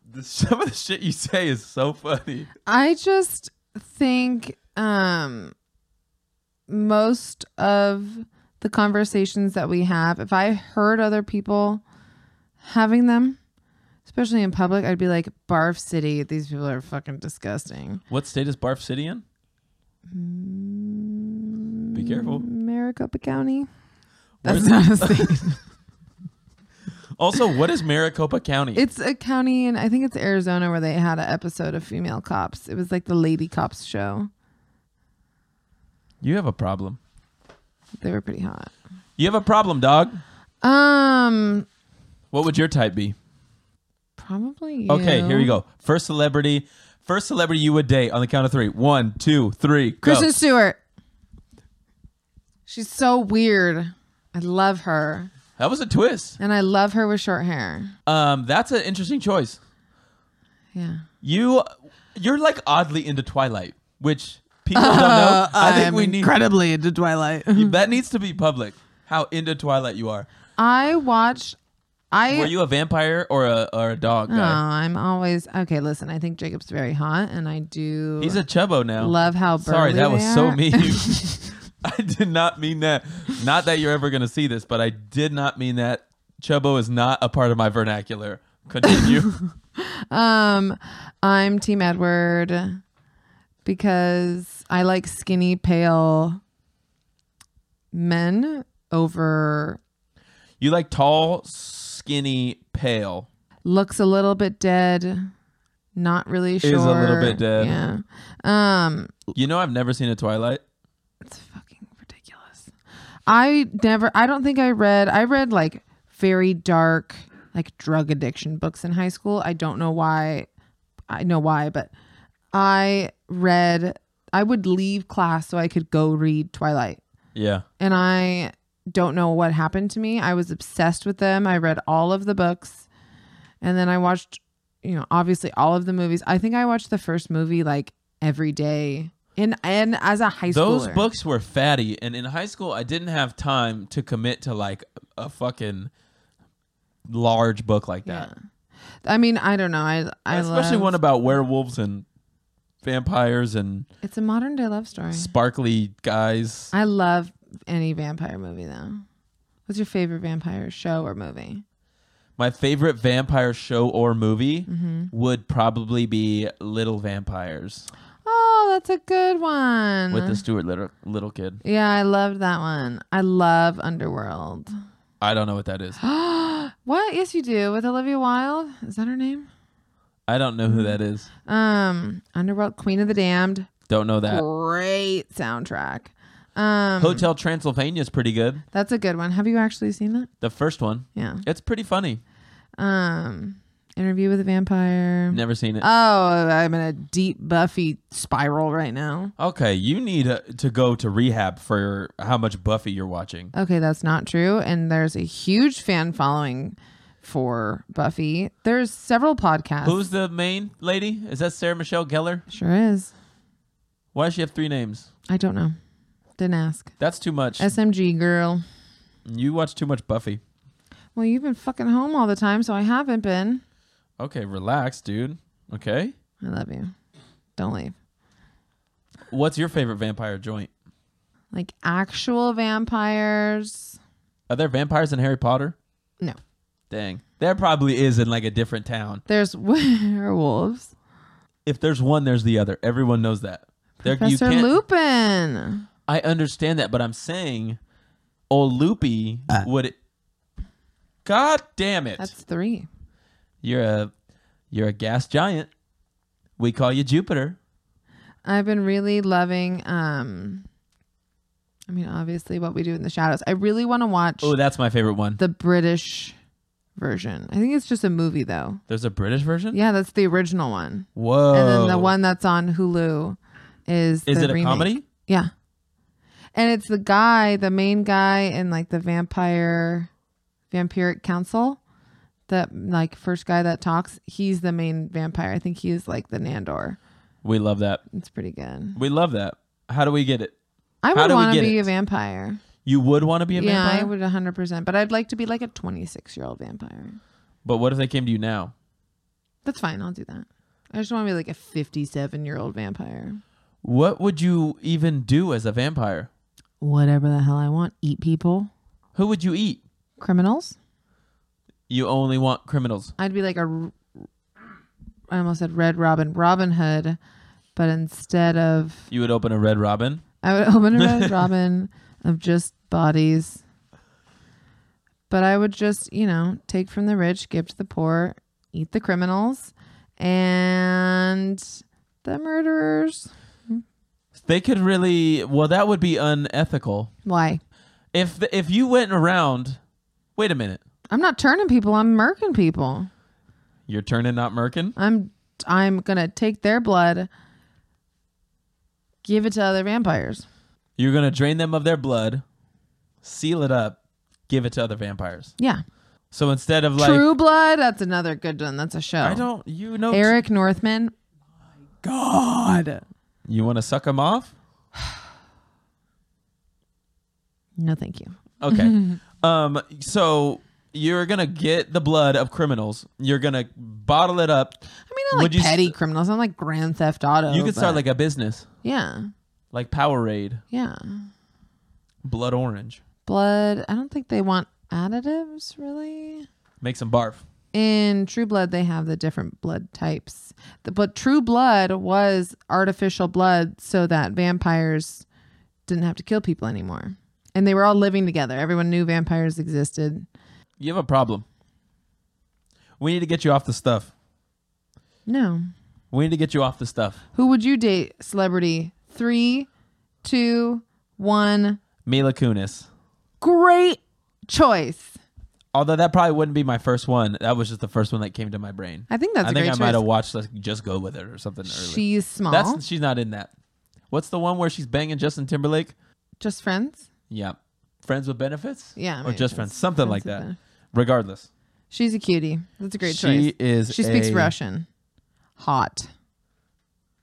S1: the, some of the shit you say is so funny.
S2: I just think um most of the conversations that we have, if I heard other people having them, especially in public, I'd be like, Barf City, these people are fucking disgusting.
S1: What state is Barf City in? Be careful.
S2: Maricopa County.
S1: Where's
S2: That's not a state.
S1: Also, what is Maricopa County?
S2: It's a county, and I think it's Arizona where they had an episode of female cops. It was like the Lady Cops show.
S1: you have a problem.
S2: They were pretty hot.
S1: You have a problem, dog.
S2: Um,
S1: What would your type be?
S2: probably.
S1: Okay,
S2: you.
S1: here we go. First celebrity, first celebrity you would date on the count of three. One, two, three. Go.
S2: Kristen Stewart. She's so weird. I love her.
S1: That was a twist.
S2: And I love her with short hair.
S1: Um, that's an interesting choice.
S2: Yeah.
S1: You, you're like oddly into Twilight, which people don't
S2: Uh,
S1: know. Uh, I think we need
S2: Oh, incredibly into Twilight.
S1: that needs to be public. How into Twilight you are?
S2: I watch. I
S1: Were you a vampire or a or a dog
S2: No,
S1: guy?
S2: I'm always okay. Listen, I think Jacob's very hot, and I do.
S1: He's a chubbo now.
S2: love how burly
S1: Sorry, that was
S2: they
S1: so
S2: are.
S1: mean. I did not mean that. Not that you're ever going to see this, but I did not mean that. Chubbo is not a part of my vernacular. Continue.
S2: Um, I'm Team Edward because I like skinny, pale men over
S1: you like tall, skinny, pale.
S2: looks a little bit dead, not really sure.
S1: a little bit dead.
S2: Yeah. Um,
S1: You know, I've never seen a Twilight.
S2: It's fucking ridiculous. I never, I don't think I read, I read like very dark, like drug addiction books in high school. I don't know why. I know why, but I read, I would leave class so I could go read Twilight.
S1: Yeah.
S2: And I don't know what happened to me. I was obsessed with them. I read all of the books and then I watched, you know, obviously all of the movies. I think I watched the first movie like every day. And, and as a high school,
S1: Those books were fatty. And in high school, I didn't have time to commit to like a fucking large book like that.
S2: I mean, I don't know. I, I
S1: Especially
S2: love,
S1: one about werewolves and vampires and
S2: It's a modern day love story.
S1: sparkly guys.
S2: I love any vampire movie though. What's your favorite vampire show or movie?
S1: My favorite vampire show or movie would probably be Little Vampires
S2: Oh, that's a good one.
S1: with the Stuart Little, Little Kid.
S2: yeah, I loved that one. I love Underworld.
S1: I don't know what that is.
S2: What? Yes, you do. With Olivia Wilde. Is that her name?
S1: I don't know who that is.
S2: Um, Underworld, Queen of the Damned.
S1: Don't know that.
S2: Great soundtrack. Um,
S1: Hotel Transylvania is pretty good.
S2: that's a good one. Have you actually seen that?
S1: The first one.
S2: Yeah.
S1: It's pretty funny.
S2: Um, Interview with a Vampire.
S1: Never seen it.
S2: Oh, I'm in a deep Buffy spiral right now.
S1: Okay, you need uh, to go to rehab for how much Buffy you're watching.
S2: Okay, that's not true. And there's a huge fan following for Buffy. There's several podcasts.
S1: Who's the main lady? Is that Sarah Michelle Gellar?
S2: sure is.
S1: Why does she have three names?
S2: I don't know. Didn't ask.
S1: That's too much.
S2: SMG girl.
S1: you watch too much Buffy.
S2: Well, you've been fucking home all the time, so I haven't been.
S1: Okay, relax, dude. Okay.
S2: I love you. Don't leave.
S1: What's your favorite vampire joint?
S2: Like actual vampires.
S1: Are there vampires in Harry Potter?
S2: No.
S1: Dang. There probably is in like a different town.
S2: There's werewolves.
S1: If there's one, there's the other. Everyone knows that. There,
S2: Professor
S1: can't-
S2: Lupin.
S1: I understand that, but I'm saying old Loopy would God damn it.
S2: That's three.
S1: You're a you're a gas giant. We call you Jupiter.
S2: I've been really loving um I mean obviously what we do in the shadows. I really want to watch
S1: Oh, that's my favorite one.
S2: the British version. I think it's just a movie though.
S1: There's a British version?
S2: Yeah, that's the original one.
S1: Whoa.
S2: And then the one that's on Hulu is
S1: Oh. Is
S2: the
S1: it a
S2: remake.
S1: comedy?
S2: Yeah. And it's the guy, the main guy in like the vampire vampiric council. That like first guy that talks, he's the main vampire. I think he is like the Nandor.
S1: We love that.
S2: It's pretty good.
S1: We love that. How do we get it?
S2: I
S1: How
S2: would
S1: do we
S2: want
S1: get
S2: to be
S1: it?
S2: a vampire.
S1: You would want to be a
S2: yeah,
S1: vampire?
S2: I would 100%. But I'd like to be like a 26 year old vampire.
S1: But what if they came to you now?
S2: That's fine. I'll do that. I just want to be like a 57 year old vampire.
S1: What would you even do as a vampire?
S2: Whatever the hell I want. Eat people.
S1: Who would you eat?
S2: Criminals.
S1: You only want criminals.
S2: I'd be like a. r- I almost said Red Robin, Robin Hood. But instead of.
S1: You would open a Red Robin.
S2: I would open a Red Robin of just bodies. But I would just, you know, take from the rich, give to the poor, eat the criminals, and the murderers.
S1: They could really well. That would be unethical.
S2: Why?
S1: If the, if you went around, wait a minute.
S2: I'm not turning people. I'm murking people.
S1: You're turning not merkin.
S2: I'm I'm gonna take their blood, give it to other vampires.
S1: You're gonna drain them of their blood, seal it up, give it to other vampires.
S2: Yeah.
S1: So instead of like,
S2: True Blood. That's another good one. That's a show.
S1: I don't, you know,
S2: Eric Northman. God.
S1: you want to suck him off?
S2: No, thank you.
S1: Okay. um, so you're gonna get the blood of criminals. You're gonna bottle it up.
S2: I mean, not
S1: Would
S2: like
S1: you s-
S2: petty criminals. I'm like Grand Theft Auto.
S1: you could start
S2: but-
S1: like a business,
S2: yeah,
S1: like Powerade,
S2: yeah.
S1: Blood Orange,
S2: Blood. I don't think they want additives really.
S1: make some barf.
S2: In True Blood, they have the different blood types. The, but True Blood was artificial blood so that vampires didn't have to kill people anymore. And they were all living together. Everyone knew vampires existed.
S1: You have a problem. We need to get you off the stuff.
S2: No.
S1: We need to get you off the stuff.
S2: Who would you date, celebrity? Three, two, one.
S1: Mila Kunis.
S2: Great choice.
S1: Although that probably wouldn't be my first one. That was just the first one that came to my brain.
S2: I think that's
S1: I
S2: a
S1: think
S2: great
S1: I might have
S2: choice.
S1: watched like, Just Go With It or something early.
S2: She's small.
S1: That's she's not in that. What's the one where she's banging Justin Timberlake?
S2: just friends.
S1: Yeah. Friends with benefits?
S2: Yeah,
S1: Or
S2: maybe
S1: just
S2: it's
S1: friends. Something like
S2: friends
S1: that.
S2: with
S1: Regardless.
S2: She's a cutie. That's a great
S1: she
S2: choice.
S1: is
S2: She speaks
S1: a-
S2: Russian. Hot.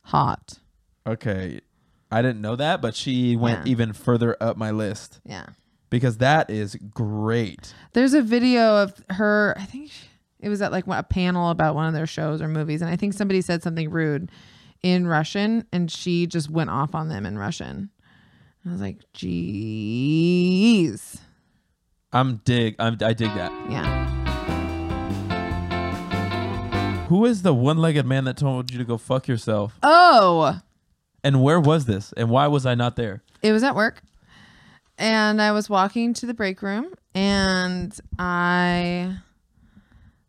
S2: Hot.
S1: Okay. I didn't know that, but she went
S2: Yeah.
S1: even further up my list
S2: Yeah.
S1: because that is great.
S2: There's a video of her. I think she- it was at like a panel about one of their shows or movies, and I think somebody said something rude in Russian, and she just went off on them in Russian. I was like, "Jeez,
S1: I'm dig I'm, I dig that.
S2: yeah."
S1: Who is the one-legged man that told you to go fuck yourself?
S2: Oh,
S1: And where was this? And why was I not there?
S2: it was at work and i was walking to the break room and i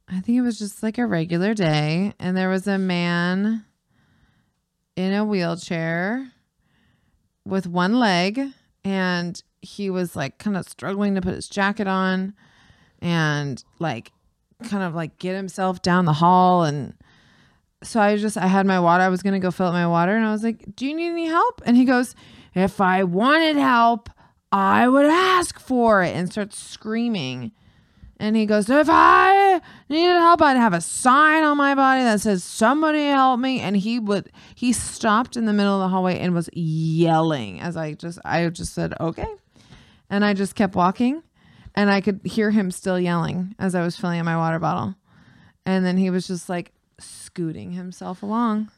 S2: i think it was just like a regular day and there was a man in a wheelchair with one leg and he was like kind of struggling to put his jacket on and like kind of like get himself down the hall and so I just I had my water. I was gonna go fill up my water, and I was like, "Do you need any help?" And he goes, "If I wanted help, I would ask for it," and starts screaming. And he goes, "If I needed help, I'd have a sign on my body that says somebody help me." And he would he stopped in the middle of the hallway and was yelling as I just I just said, "Okay," and I just kept walking, and I could hear him still yelling as I was filling up my water bottle. And then he was just like scooting himself along.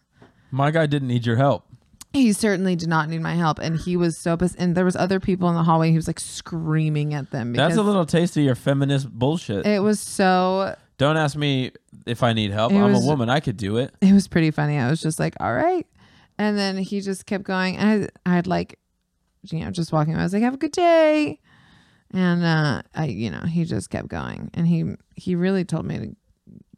S1: My guy didn't need your help.
S2: He certainly did not need my help, and he was so pissed. And there was other people in the hallway. He was like screaming at them. Because
S1: That's a little taste of your feminist bullshit.
S2: It was so.
S1: Don't ask me if I need help.
S2: It
S1: I'm
S2: was-
S1: a woman. I could do it.
S2: It was pretty funny. I was just like, all right. And then he just kept going. And I, I'd like, you know, just walking. I was like, have a good day. And uh, I, you know, he just kept going, and he he really told me to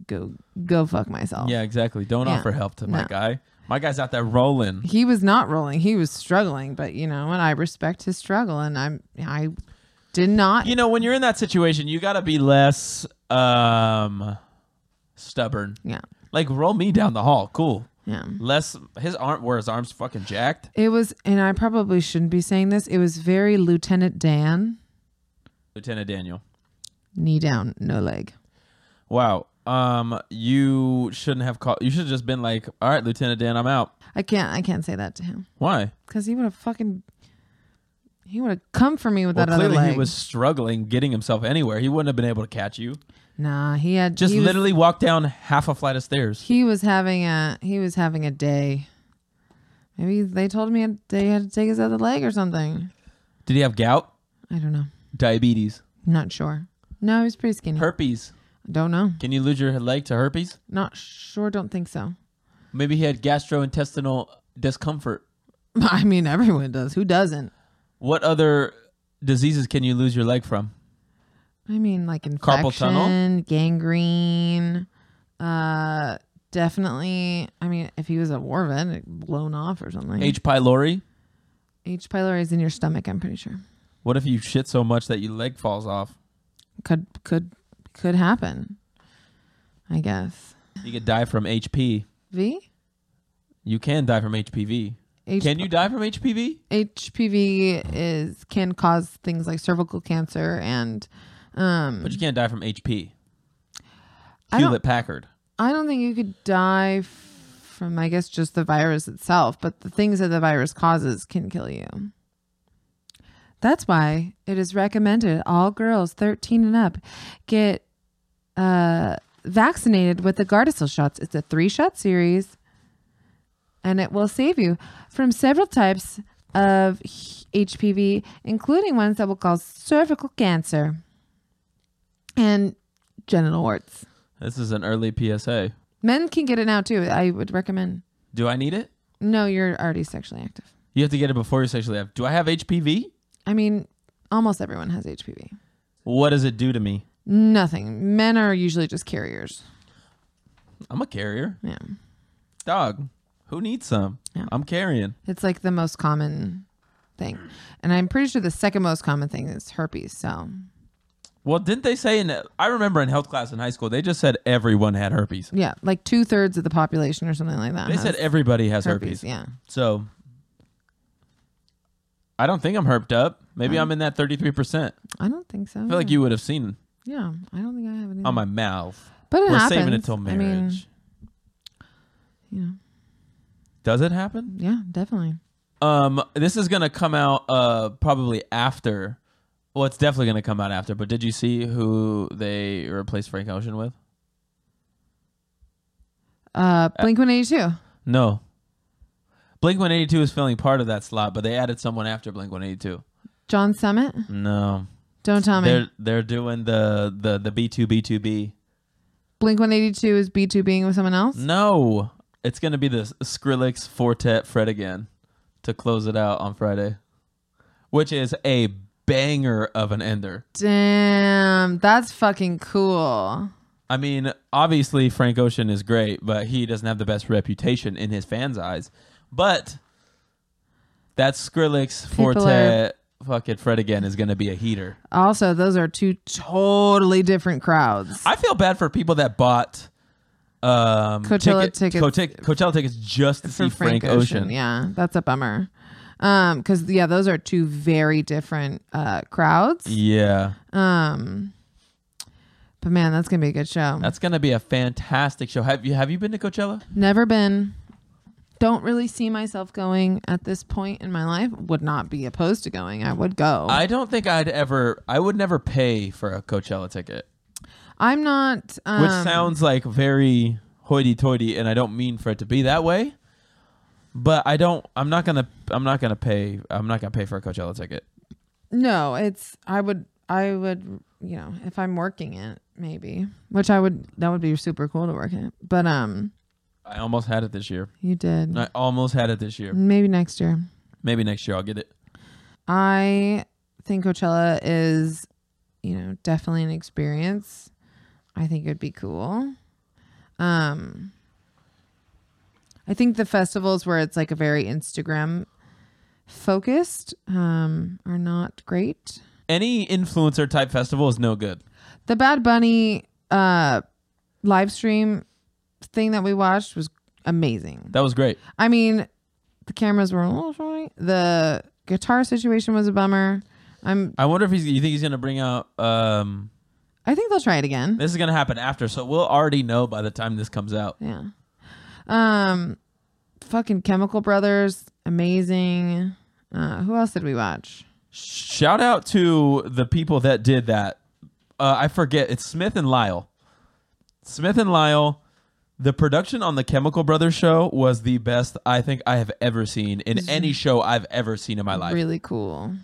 S2: go go fuck myself.
S1: Yeah, exactly. Don't
S2: Yeah.
S1: offer help to my
S2: No.
S1: guy. My guy's out there rolling.
S2: he was not rolling he was struggling but you know and i respect his struggle and i'm i did not
S1: You know, when you're in that situation, you got to be less um stubborn.
S2: yeah
S1: Like roll me down the hall. Cool.
S2: yeah
S1: Less his arm were his arms fucking jacked.
S2: it was and i probably shouldn't be saying this it was very lieutenant dan
S1: Lieutenant Daniel.
S2: knee down no leg
S1: Wow. Um you shouldn't have called you should have just been like, "All right, Lieutenant Dan, I'm out."
S2: i can't i can't say that to him
S1: Why?
S2: because he would have fucking he would have come for me with
S1: Well,
S2: that other
S1: clearly
S2: leg
S1: he was struggling getting himself anywhere. He wouldn't have been able to catch you.
S2: nah he had
S1: Just
S2: he was-
S1: literally walk down half a flight of stairs.
S2: he was having a he was having a day maybe they told me they had to take his other leg or something
S1: Did he have gout?
S2: i don't know
S1: Diabetes.
S2: not sure no he was pretty skinny
S1: Herpes.
S2: don't know
S1: Can you lose your leg to herpes?
S2: Not sure. Don't think so.
S1: Maybe he had gastrointestinal discomfort.
S2: I mean, everyone does. Who doesn't?
S1: What other diseases can you lose your leg from?
S2: I mean, like infection,
S1: Carpal tunnel?
S2: gangrene. Uh, definitely. I mean, if he was a war vet, it blown off or something.
S1: H. pylori.
S2: H. pylori is in your stomach. I'm pretty sure.
S1: What if you shit so much that your leg falls off?
S2: Could could could happen. I guess.
S1: You could die from HP.
S2: V.
S1: You can die from HPV.
S2: H-
S1: Can you die from HPV?
S2: HPV is can cause things like cervical cancer and Um,
S1: But you can't die from HP.
S2: I don't-
S1: Hewlett Packard.
S2: I don't think you could die f- from, I guess, just the virus itself, but the things that the virus causes can kill you. That's why it is recommended all girls 13 and up get uh, vaccinated with the Gardasil shots. It's a three shot series, and it will save you from several types of h- HPV, including ones that will cause cervical cancer and genital warts.
S1: This is an early PSA.
S2: Men can get it now too. I would recommend.
S1: Do I need it?
S2: No, you're already sexually active.
S1: You have to get it before you're sexually active. Do I have HPV?
S2: I mean, almost everyone has HPV.
S1: What does it do to me?
S2: Nothing. Men are usually just carriers.
S1: I'm a carrier.
S2: Yeah.
S1: Dog. Who needs some?
S2: Yeah.
S1: I'm carrying.
S2: It's like the most common thing. And I'm pretty sure the second most common thing is herpes. So
S1: Well, didn't they say in? I remember in health class in high school, they just said everyone had herpes.
S2: yeah, like two thirds of the population or something like that.
S1: They
S2: has
S1: said everybody has herpes.
S2: Uh-huh. Yeah.
S1: So I don't think I'm herped up.
S2: Uh-huh.
S1: Maybe I'm in that 33%.
S2: I don't think so.
S1: I feel like you would have seen
S2: Yeah. I don't think I have any.
S1: on my mouth.
S2: but Mm-hmm. it
S1: We're
S2: happens.
S1: saving it till
S2: I
S1: marriage.
S2: mean, you know,
S1: Does it happen?
S2: yeah, definitely.
S1: Um, this is gonna come out uh probably after. Well, it's definitely gonna come out after. But did you see who they replaced Frank Ocean with?
S2: Uh, Blink 182.
S1: No. Blink 182 is filling part of that slot, but they added someone after Blink 182.
S2: John Summit.
S1: No,
S2: Don't tell me.
S1: they're they're doing the the the B2 B2B.
S2: Blink 182 is B2 being with someone
S1: Mm.
S2: else?
S1: No, it's gonna be the S- Skrillex Fortet Fred again to close it out on Friday, which is a banger of an ender.
S2: Damn, that's fucking cool.
S1: I mean, obviously Frank Ocean is great, but he doesn't have the best reputation in his fans' eyes. But that Skrillex
S2: People
S1: Fortet fucking Fred again is gonna be a heater.
S2: Also, those are two totally different crowds.
S1: I feel bad for people that bought um
S2: Coachella
S1: ticket-
S2: tickets-
S1: Cote- Coachella tickets just to see Frank, Ocean.
S2: Yeah, that's a bummer. Um, because yeah, those are two very different uh crowds.
S1: yeah.
S2: Um, but man, that's gonna be a good show.
S1: That's gonna be a fantastic show. Have you have you been to Coachella?
S2: Never been. Don't really see myself going at this point in my life. Would not be opposed to going. I would go.
S1: I don't think I'd ever. I would never pay for a Coachella ticket,
S2: I'm not. Um,
S1: which sounds like very hoity-toity, and I don't mean for it to be that way. But I don't. I'm not gonna. I'm not gonna pay. I'm not gonna pay for a Coachella ticket.
S2: No, it's I would I would you know if I'm working it maybe which I would that would be super cool to work it but um
S1: I almost had it this year.
S2: you did
S1: I almost had it this year.
S2: maybe next year
S1: Maybe next year I'll get it.
S2: I think Coachella is you know definitely an experience I think it'd be cool um I think the festivals where it's like a very Instagram focused um are not great
S1: Any influencer type festival is no good.
S2: the Bad Bunny uh live stream thing that we watched was amazing.
S1: That was great.
S2: I mean, the cameras were a little funny. The guitar situation was a bummer. I'm
S1: I wonder if he's. You think he's gonna bring out? Um,
S2: I think they'll try it again.
S1: this is gonna happen after, so we'll already know by the time this comes out.
S2: Yeah. Um fucking Chemical Brothers, amazing. Uh who else did we watch?
S1: Shout out to the people that did that. Uh, I forget. It's Smith and Lyle. Smith and Lyle. The production on the Chemical Brothers show was the best I think I have ever seen in any show I've ever seen in my life.
S2: Really cool.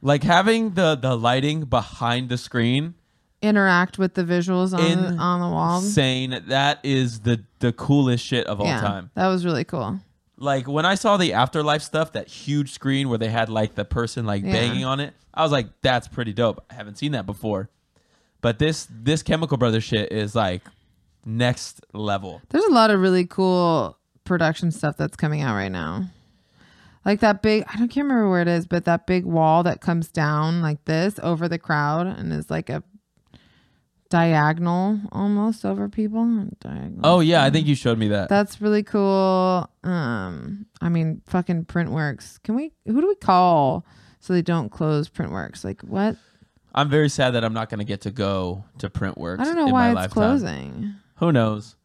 S1: Like having the the lighting behind the screen,
S2: Interact with the visuals on
S1: In-
S2: on the wall.
S1: saying that is the the coolest shit of all time.
S2: That was really cool.
S1: Like when I saw the afterlife stuff, that huge screen where they had like the person like
S2: Yeah.
S1: banging on it, I was like, "That's pretty dope." I haven't seen that before, but this this Chemical Brothers shit is like next level.
S2: There's a lot of really cool production stuff that's coming out right now. Like that big, I don't can't remember where it is, but that big wall that comes down like this over the crowd and is like a diagonal almost over people. Diagonal.
S1: Oh yeah, I think you showed me that.
S2: That's really cool. Um, I mean, fucking Printworks. Can we? Who do we call so they don't close Printworks? Like what?
S1: I'm very sad that I'm not going to get to go to Printworks.
S2: I don't know
S1: in
S2: why
S1: my
S2: it's
S1: lifetime.
S2: closing.
S1: Who knows?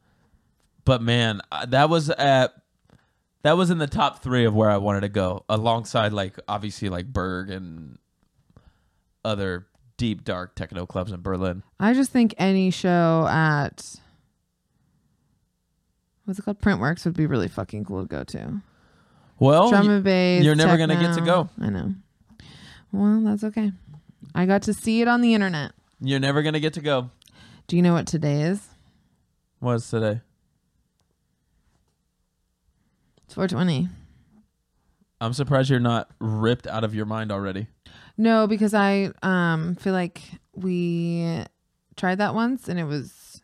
S1: But man, I- that was at that was in the top three of where I wanted to go, alongside like obviously like Berg and other deep dark techno clubs in Berlin.
S2: I just think any show at what's it called? Printworks would be really fucking cool to go to.
S1: Well,
S2: Drum
S1: Oh, y-
S2: and bass.
S1: you're never gonna get to
S2: techno. I know. Well, that's okay. I got to see it on the internet.
S1: you're never gonna get to go.
S2: Do you know what today is?
S1: What's today?
S2: It's 420.
S1: I'm surprised you're not ripped out of your mind already.
S2: No, because I um feel like we tried that once and it was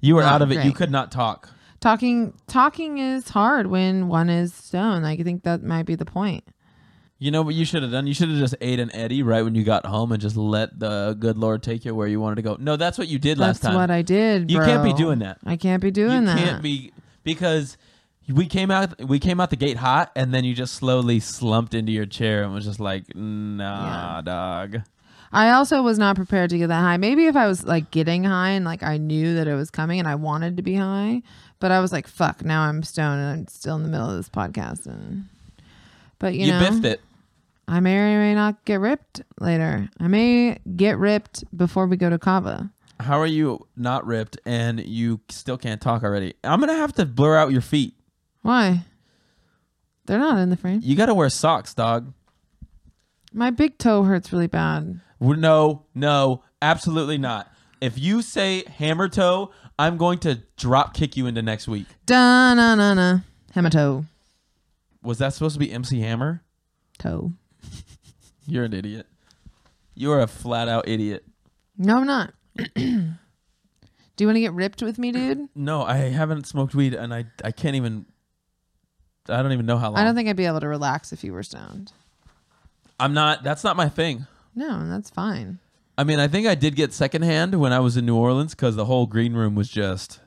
S1: You were
S2: Not
S1: out of it. You
S2: great.
S1: could not talk.
S2: talking talking is hard when one is stoned. Like I think that might be the point.
S1: You know what you should have done? You should have just ate an Eddie right when you got home and just let the good Lord take you where you wanted to go. No, that's what you did last
S2: That's
S1: time.
S2: what I did.
S1: you can't be
S2: bro.
S1: doing that.
S2: I can't be doing
S1: you
S2: that.
S1: can't be because we came out we came out the gate hot and then you just slowly slumped into your chair and was just like nah
S2: Yeah.
S1: dog
S2: I also was not prepared to get that high. Maybe if I was like getting high and like I knew that it was coming and I wanted to be high, but I was like, fuck, now I'm stoned and I'm still in the middle of this podcast. And but you,
S1: you,
S2: know,
S1: biffed it
S2: I may or may not get ripped later. I may get ripped before we go to Kava.
S1: how are you not ripped and you still can't talk already i'm gonna have to blur out your feet
S2: Why? They're not in the frame.
S1: you gotta wear socks dog
S2: My big toe hurts really bad.
S1: W- no no absolutely not if you say hammer toe i'm going to drop kick you into next week
S2: Da na na na. Hemato.
S1: was that supposed to be mc hammer
S2: Toe.
S1: you're an idiot you're a flat out idiot
S2: No, I'm not. Do you want to get ripped with me, dude?
S1: No, I haven't smoked weed, and I I can't even. I don't even know how long.
S2: I don't think I'd be able to relax if you were stoned.
S1: I'm not. That's not my thing.
S2: No, and that's fine.
S1: I mean, I think I did get secondhand when I was in New Orleans because the whole green room was just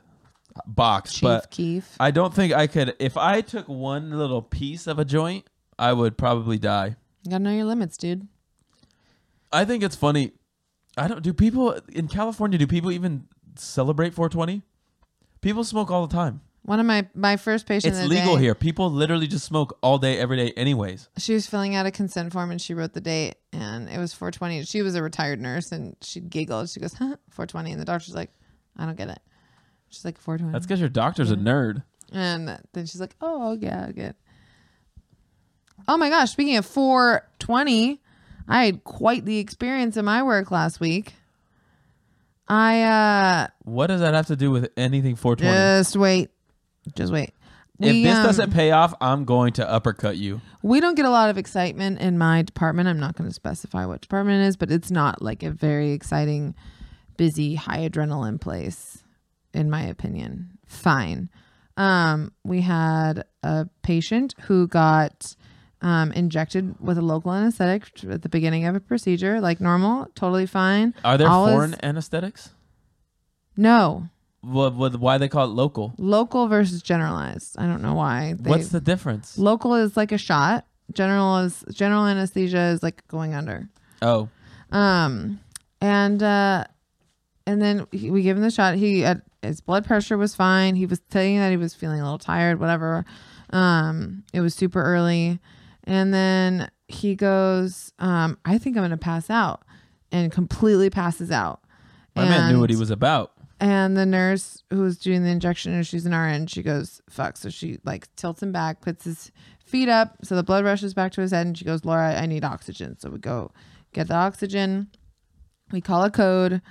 S1: boxed.
S2: Chief
S1: But
S2: Keef.
S1: I don't think I could. If I took one little piece of a joint, I would probably die.
S2: You gotta know your limits, dude.
S1: I think it's funny. I don't. Do people in California? Do people even celebrate 420? People smoke all the time.
S2: One of my my first patients.
S1: It's legal here. People literally just smoke all day, every day, anyways.
S2: She was filling out a consent form and she wrote the date and it was 420. She was a retired nurse and she giggled. She goes, "Huh, 420," and the doctor's like, "I don't get it." She's like, "420."
S1: That's because your doctor's
S2: Mm-hmm.
S1: a nerd.
S2: And then she's like, "Oh yeah, I get." Oh my gosh! Speaking of 420, I had quite the experience in my work last week. I uh
S1: What does that have to do with anything 420?
S2: Just wait. Just wait.
S1: if
S2: We,
S1: this
S2: um,
S1: doesn't pay off, I'm going to uppercut you.
S2: we don't get a lot of excitement in my department. I'm not going to specify what department it is, but it's not like a very exciting, busy, high adrenaline place, in my opinion. Fine. Um, we had a patient who got um, injected with a local anesthetic at the beginning of a procedure, like normal, totally fine.
S1: Are there
S2: All is-
S1: foreign anesthetics?
S2: No,
S1: What, what, why they call it local?
S2: local versus generalized. I don't know why. They,
S1: What's the difference?
S2: Local is like a shot. General is general anesthesia is like going under.
S1: oh,
S2: Um, and uh, and then he- we give him the shot. He had, his blood pressure was fine. He was telling that he was feeling a little tired, whatever. Um, it was super early, and then he goes, um, "I think I'm gonna pass out," and completely passes out.
S1: my man knew what
S2: And-
S1: he was about.
S2: and the nurse who was doing the injection, and she's an RN, she goes, fuck. So she like tilts him back, puts his feet up. So the blood rushes back to his head, and she goes, Laura, I need oxygen. So we go get the oxygen. We call a code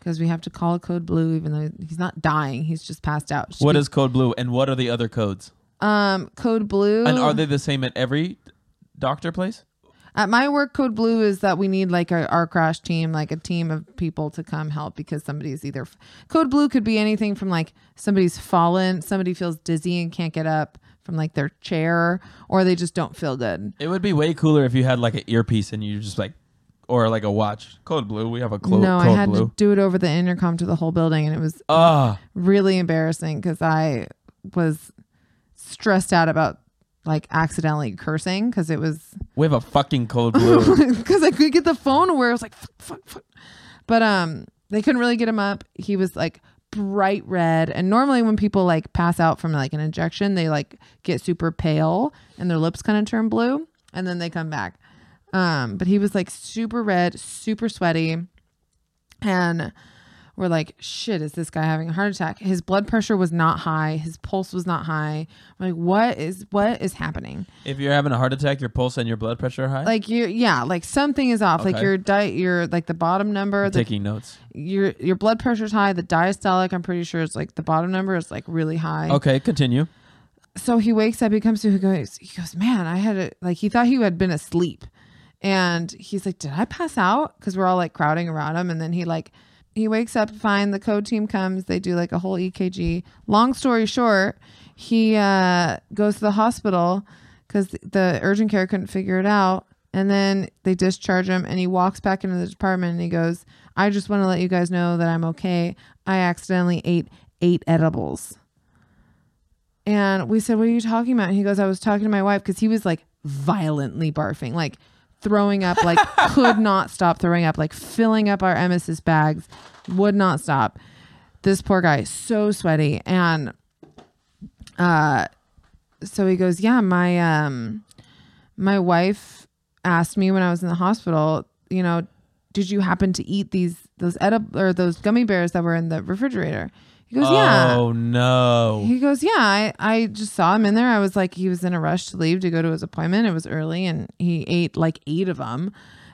S2: because we have to call a code blue, even though he's not dying. He's just passed out.
S1: What is code blue and what are the other codes?
S2: um, code blue?
S1: And are they the same at every doctor place?
S2: At Uh, my work, code blue is that we need like our, our crash team, like a team of people to come help because somebody's either. Code blue could be anything from like somebody's fallen, somebody feels dizzy and can't get up from like their chair, or they just don't feel good.
S1: It would be way cooler if you had like an earpiece and you're just like, or like a watch. Code blue. We have a clo-
S2: no,
S1: code
S2: I had
S1: blue.
S2: to do it over the intercom to the whole building, and it was
S1: Ah,
S2: really embarrassing because I was stressed out about like accidentally cursing because it was
S1: We have a fucking cold blue.
S2: because I could get the phone where I was like, fuck, fuck, fuck. But um, they couldn't really get him up. He was like bright red. And normally when people like pass out from like an injection, they like get super pale and their lips kind of turn blue and then they come back. Um, but he was like super red, super sweaty. And we're like, shit, is this guy having a heart attack? His blood pressure was not high. His pulse was not high. We're like, what is what is happening?
S1: if you're having a heart attack, your pulse and your blood pressure are high.
S2: like you yeah like something is off like
S1: Okay.
S2: your diet your like the bottom number the,
S1: Taking notes.
S2: your your blood pressure's high the diastolic i'm pretty sure it's like the bottom number is like really high
S1: Okay, continue.
S2: so he wakes up he comes to he goes he goes man i had a like he thought he had been asleep and he's like did i pass out because we're all like crowding around him and then he like he wakes up fine the code team comes they do like a whole ekg long story short he uh goes to the hospital because the urgent care couldn't figure it out and then they discharge him and he walks back into the department and he goes i just want to let you guys know that i'm okay i accidentally ate eight edibles and we said, What are you talking about? And he goes, I was talking to my wife because he was like violently barfing, like throwing up, like could not stop throwing up, like filling up our emesis bags, would not stop. This poor guy, so sweaty. And uh so he goes, Yeah, my um my wife asked me when I was in the hospital, you know, did you happen to eat these those edib- or those gummy bears that were in the refrigerator? He goes, Yeah.
S1: Oh no.
S2: He goes, Yeah, I, I just saw him in there. I was like, he was in a rush to leave to go to his appointment. It was early and he ate like eight of them.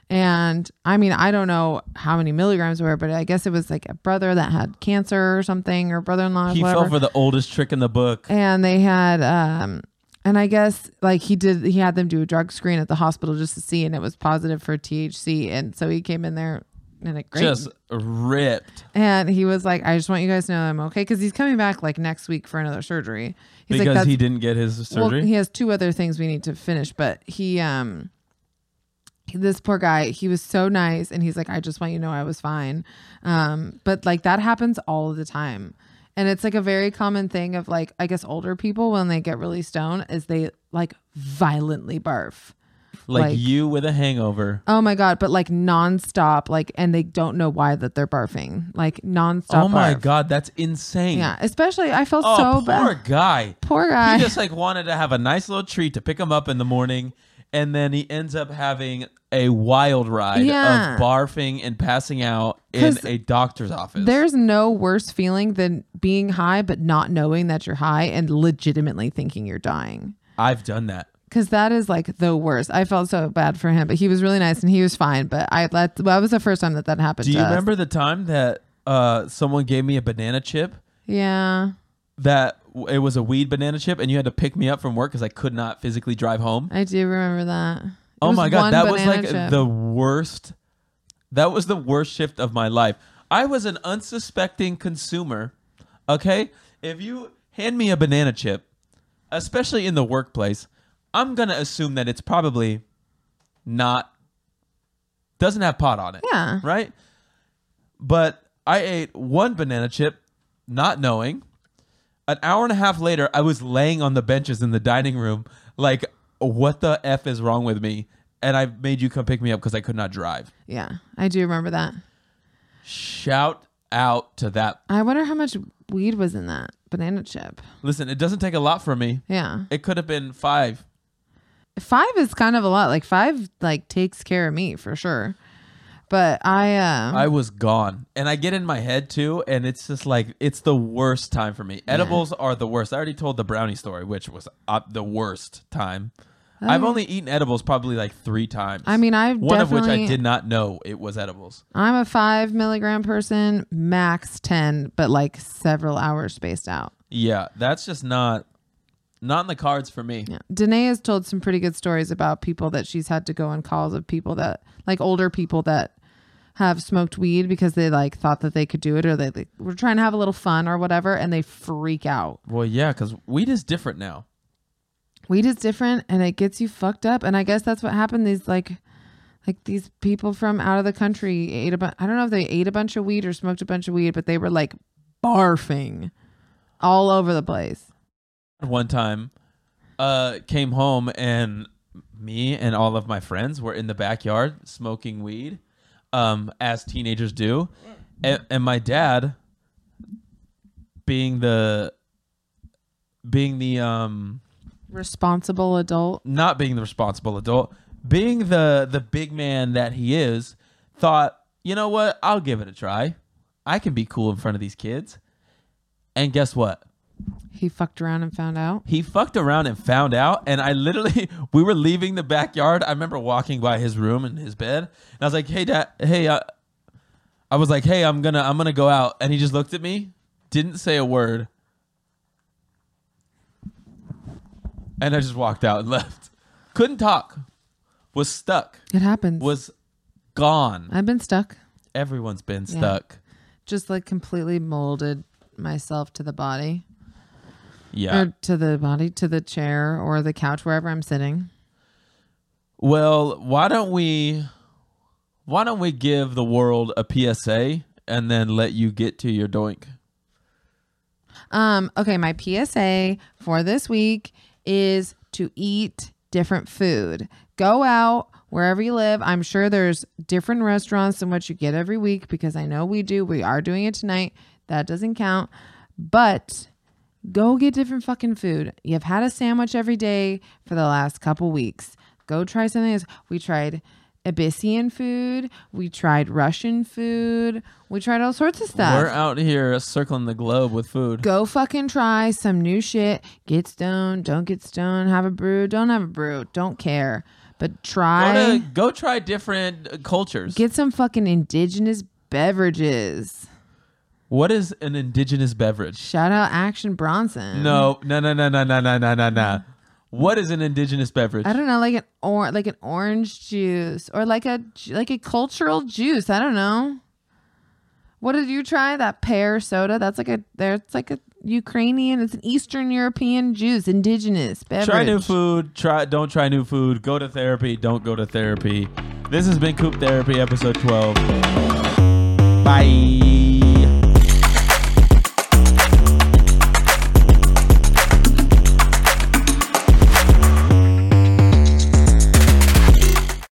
S2: And I mean, I don't know how many milligrams were, but I guess it was like a brother that had cancer or something or brother in law.
S1: He
S2: whatever
S1: fell for the oldest trick in the book.
S2: and they had um and I guess like he did he had them do a drug screen at the hospital just to see and it was positive for THC and so he came in there in a great
S1: Just ripped.
S2: and he was like I just want you guys to know I'm okay cuz he's coming back like next week for another surgery. He's
S1: because
S2: like
S1: he didn't get his surgery.
S2: well, he has two other things we need to finish, but he um this poor guy, he was so nice and he's like, I just want you to know I was fine. Um, but like that happens all the time. And it's like a very common thing of like, I guess older people when they get really stoned is they like violently barf.
S1: like,
S2: like-
S1: you with a hangover.
S2: Oh my God. But like nonstop, like, and they don't know why that they're barfing. Like nonstop.
S1: oh my
S2: barf.
S1: god, that's insane.
S2: Yeah. Especially I felt
S1: Oh,
S2: so
S1: poor
S2: bad.
S1: guy.
S2: Poor guy.
S1: He just like wanted to have a nice little treat to pick him up in the morning, and then he ends up having a wild ride
S2: Yeah.
S1: of barfing and passing out in
S2: 'Cause
S1: a doctor's office.
S2: There's no worse feeling than being high but not knowing that you're high and legitimately thinking you're dying.
S1: I've done that.
S2: Cause that is like the worst. I felt so bad for him, but he was really nice and he was fine. But I let well, that was the first time that that happened.
S1: Do
S2: to
S1: you
S2: us.
S1: remember the time that uh, someone gave me a banana chip?
S2: Yeah,
S1: That w- it was a weed banana chip, and you had to pick me up from work because I could not physically drive home.
S2: I do remember that. It
S1: Oh
S2: was
S1: my god,
S2: one
S1: that was
S2: banana
S1: like
S2: chip.
S1: the worst. That was the worst shift of my life. I was an unsuspecting consumer. Okay, if you hand me a banana chip, especially in the workplace, I'm gonna assume that it's probably not doesn't have pot on it.
S2: Yeah.
S1: Right. But I ate one banana chip, not knowing. An hour and a half later, I was laying on the benches in the dining room, like, what the F is wrong with me? And I made you come pick me up because I could not drive.
S2: yeah, I do remember that.
S1: Shout out to that.
S2: I wonder how much weed was in that banana chip.
S1: Listen, it doesn't take a lot from me.
S2: Yeah,
S1: It could have been five.
S2: five is kind of a lot. Like five, like takes care of me for sure. But I, um,
S1: I was gone. And I get in my head too, and it's just like, it's the worst time for me. Edibles are the worst. I already told the brownie story, which was uh, the worst time. I've only eaten edibles probably like three times.
S2: Oh. I mean, I've
S1: one of which I
S2: definitely-
S1: did not know it was edibles.
S2: I'm a five milligram person, max 10, but like several hours spaced out.
S1: Yeah, that's just not not in the cards for me.
S2: Yeah. Danae has told some pretty good stories about people that she's had to go on calls of people that, like older people that have smoked weed because they like thought that they could do it or they like, were trying to have a little fun or whatever and they freak out.
S1: Well, yeah, because weed is different now.
S2: Weed is different and it gets you fucked up. And I guess that's what happened. These like, like these people from out of the country ate a bunch. I don't know if they ate a bunch of weed or smoked a bunch of weed, but they were like barfing all over the place.
S1: One time, uh, came home and me and all of my friends were in the backyard smoking weed, um, as teenagers do, and, and my dad, being the, being the um,
S2: Responsible adult.
S1: not being the responsible adult, being the the big man that he is, thought, you know what? I'll give it a try. I can be cool in front of these kids. And guess what?
S2: He fucked around and found out.
S1: He fucked around and found out. And I literally, we were leaving the backyard. I remember walking by his room and his bed, and I was like, "Hey, dad, hey." Uh, I was like, "Hey, I'm gonna, I'm gonna go out," and he just looked at me, didn't say a word, and I just walked out and left. Couldn't talk. Was stuck.
S2: It happens.
S1: Was gone.
S2: I've been stuck.
S1: Everyone's been
S2: Yeah.
S1: stuck.
S2: Just like completely molded myself to the body.
S1: Yeah.
S2: Or to the body, to the chair or the couch, wherever I'm sitting.
S1: Well, why don't we why don't we give the world a PSA and then let you get to your doink?
S2: Um, okay, my PSA for this week is to eat different food. Go out wherever you live. I'm sure there's different restaurants than what you get every week because I know we do. We are doing it tonight. That doesn't count. But go get different fucking food. You've had a sandwich every day for the last couple weeks. Go try something else. We tried Abyssinian food. We tried Russian food. We tried all sorts of stuff
S1: We're out here circling the globe with food.
S2: go fucking try some new shit. Get stoned. Don't get stoned. Have a brew. Don't have a brew. Don't care. But
S1: Go,
S2: try.
S1: to, go try different uh, cultures.
S2: Get some fucking indigenous beverages.
S1: what is an indigenous beverage?
S2: Shout out Action Bronson.
S1: No, no, no, no, no, no, no, no, no, no. What is an indigenous beverage?
S2: I don't know, like an or like an orange juice or like a ju- like a cultural juice. I don't know. What did you try? That pear soda? That's like a there's like a Ukrainian. It's an Eastern European juice, indigenous beverage.
S1: Try new food. Try don't try new food. Go to therapy. Don't go to therapy. This has been Coop Therapy, episode twelve. Bye.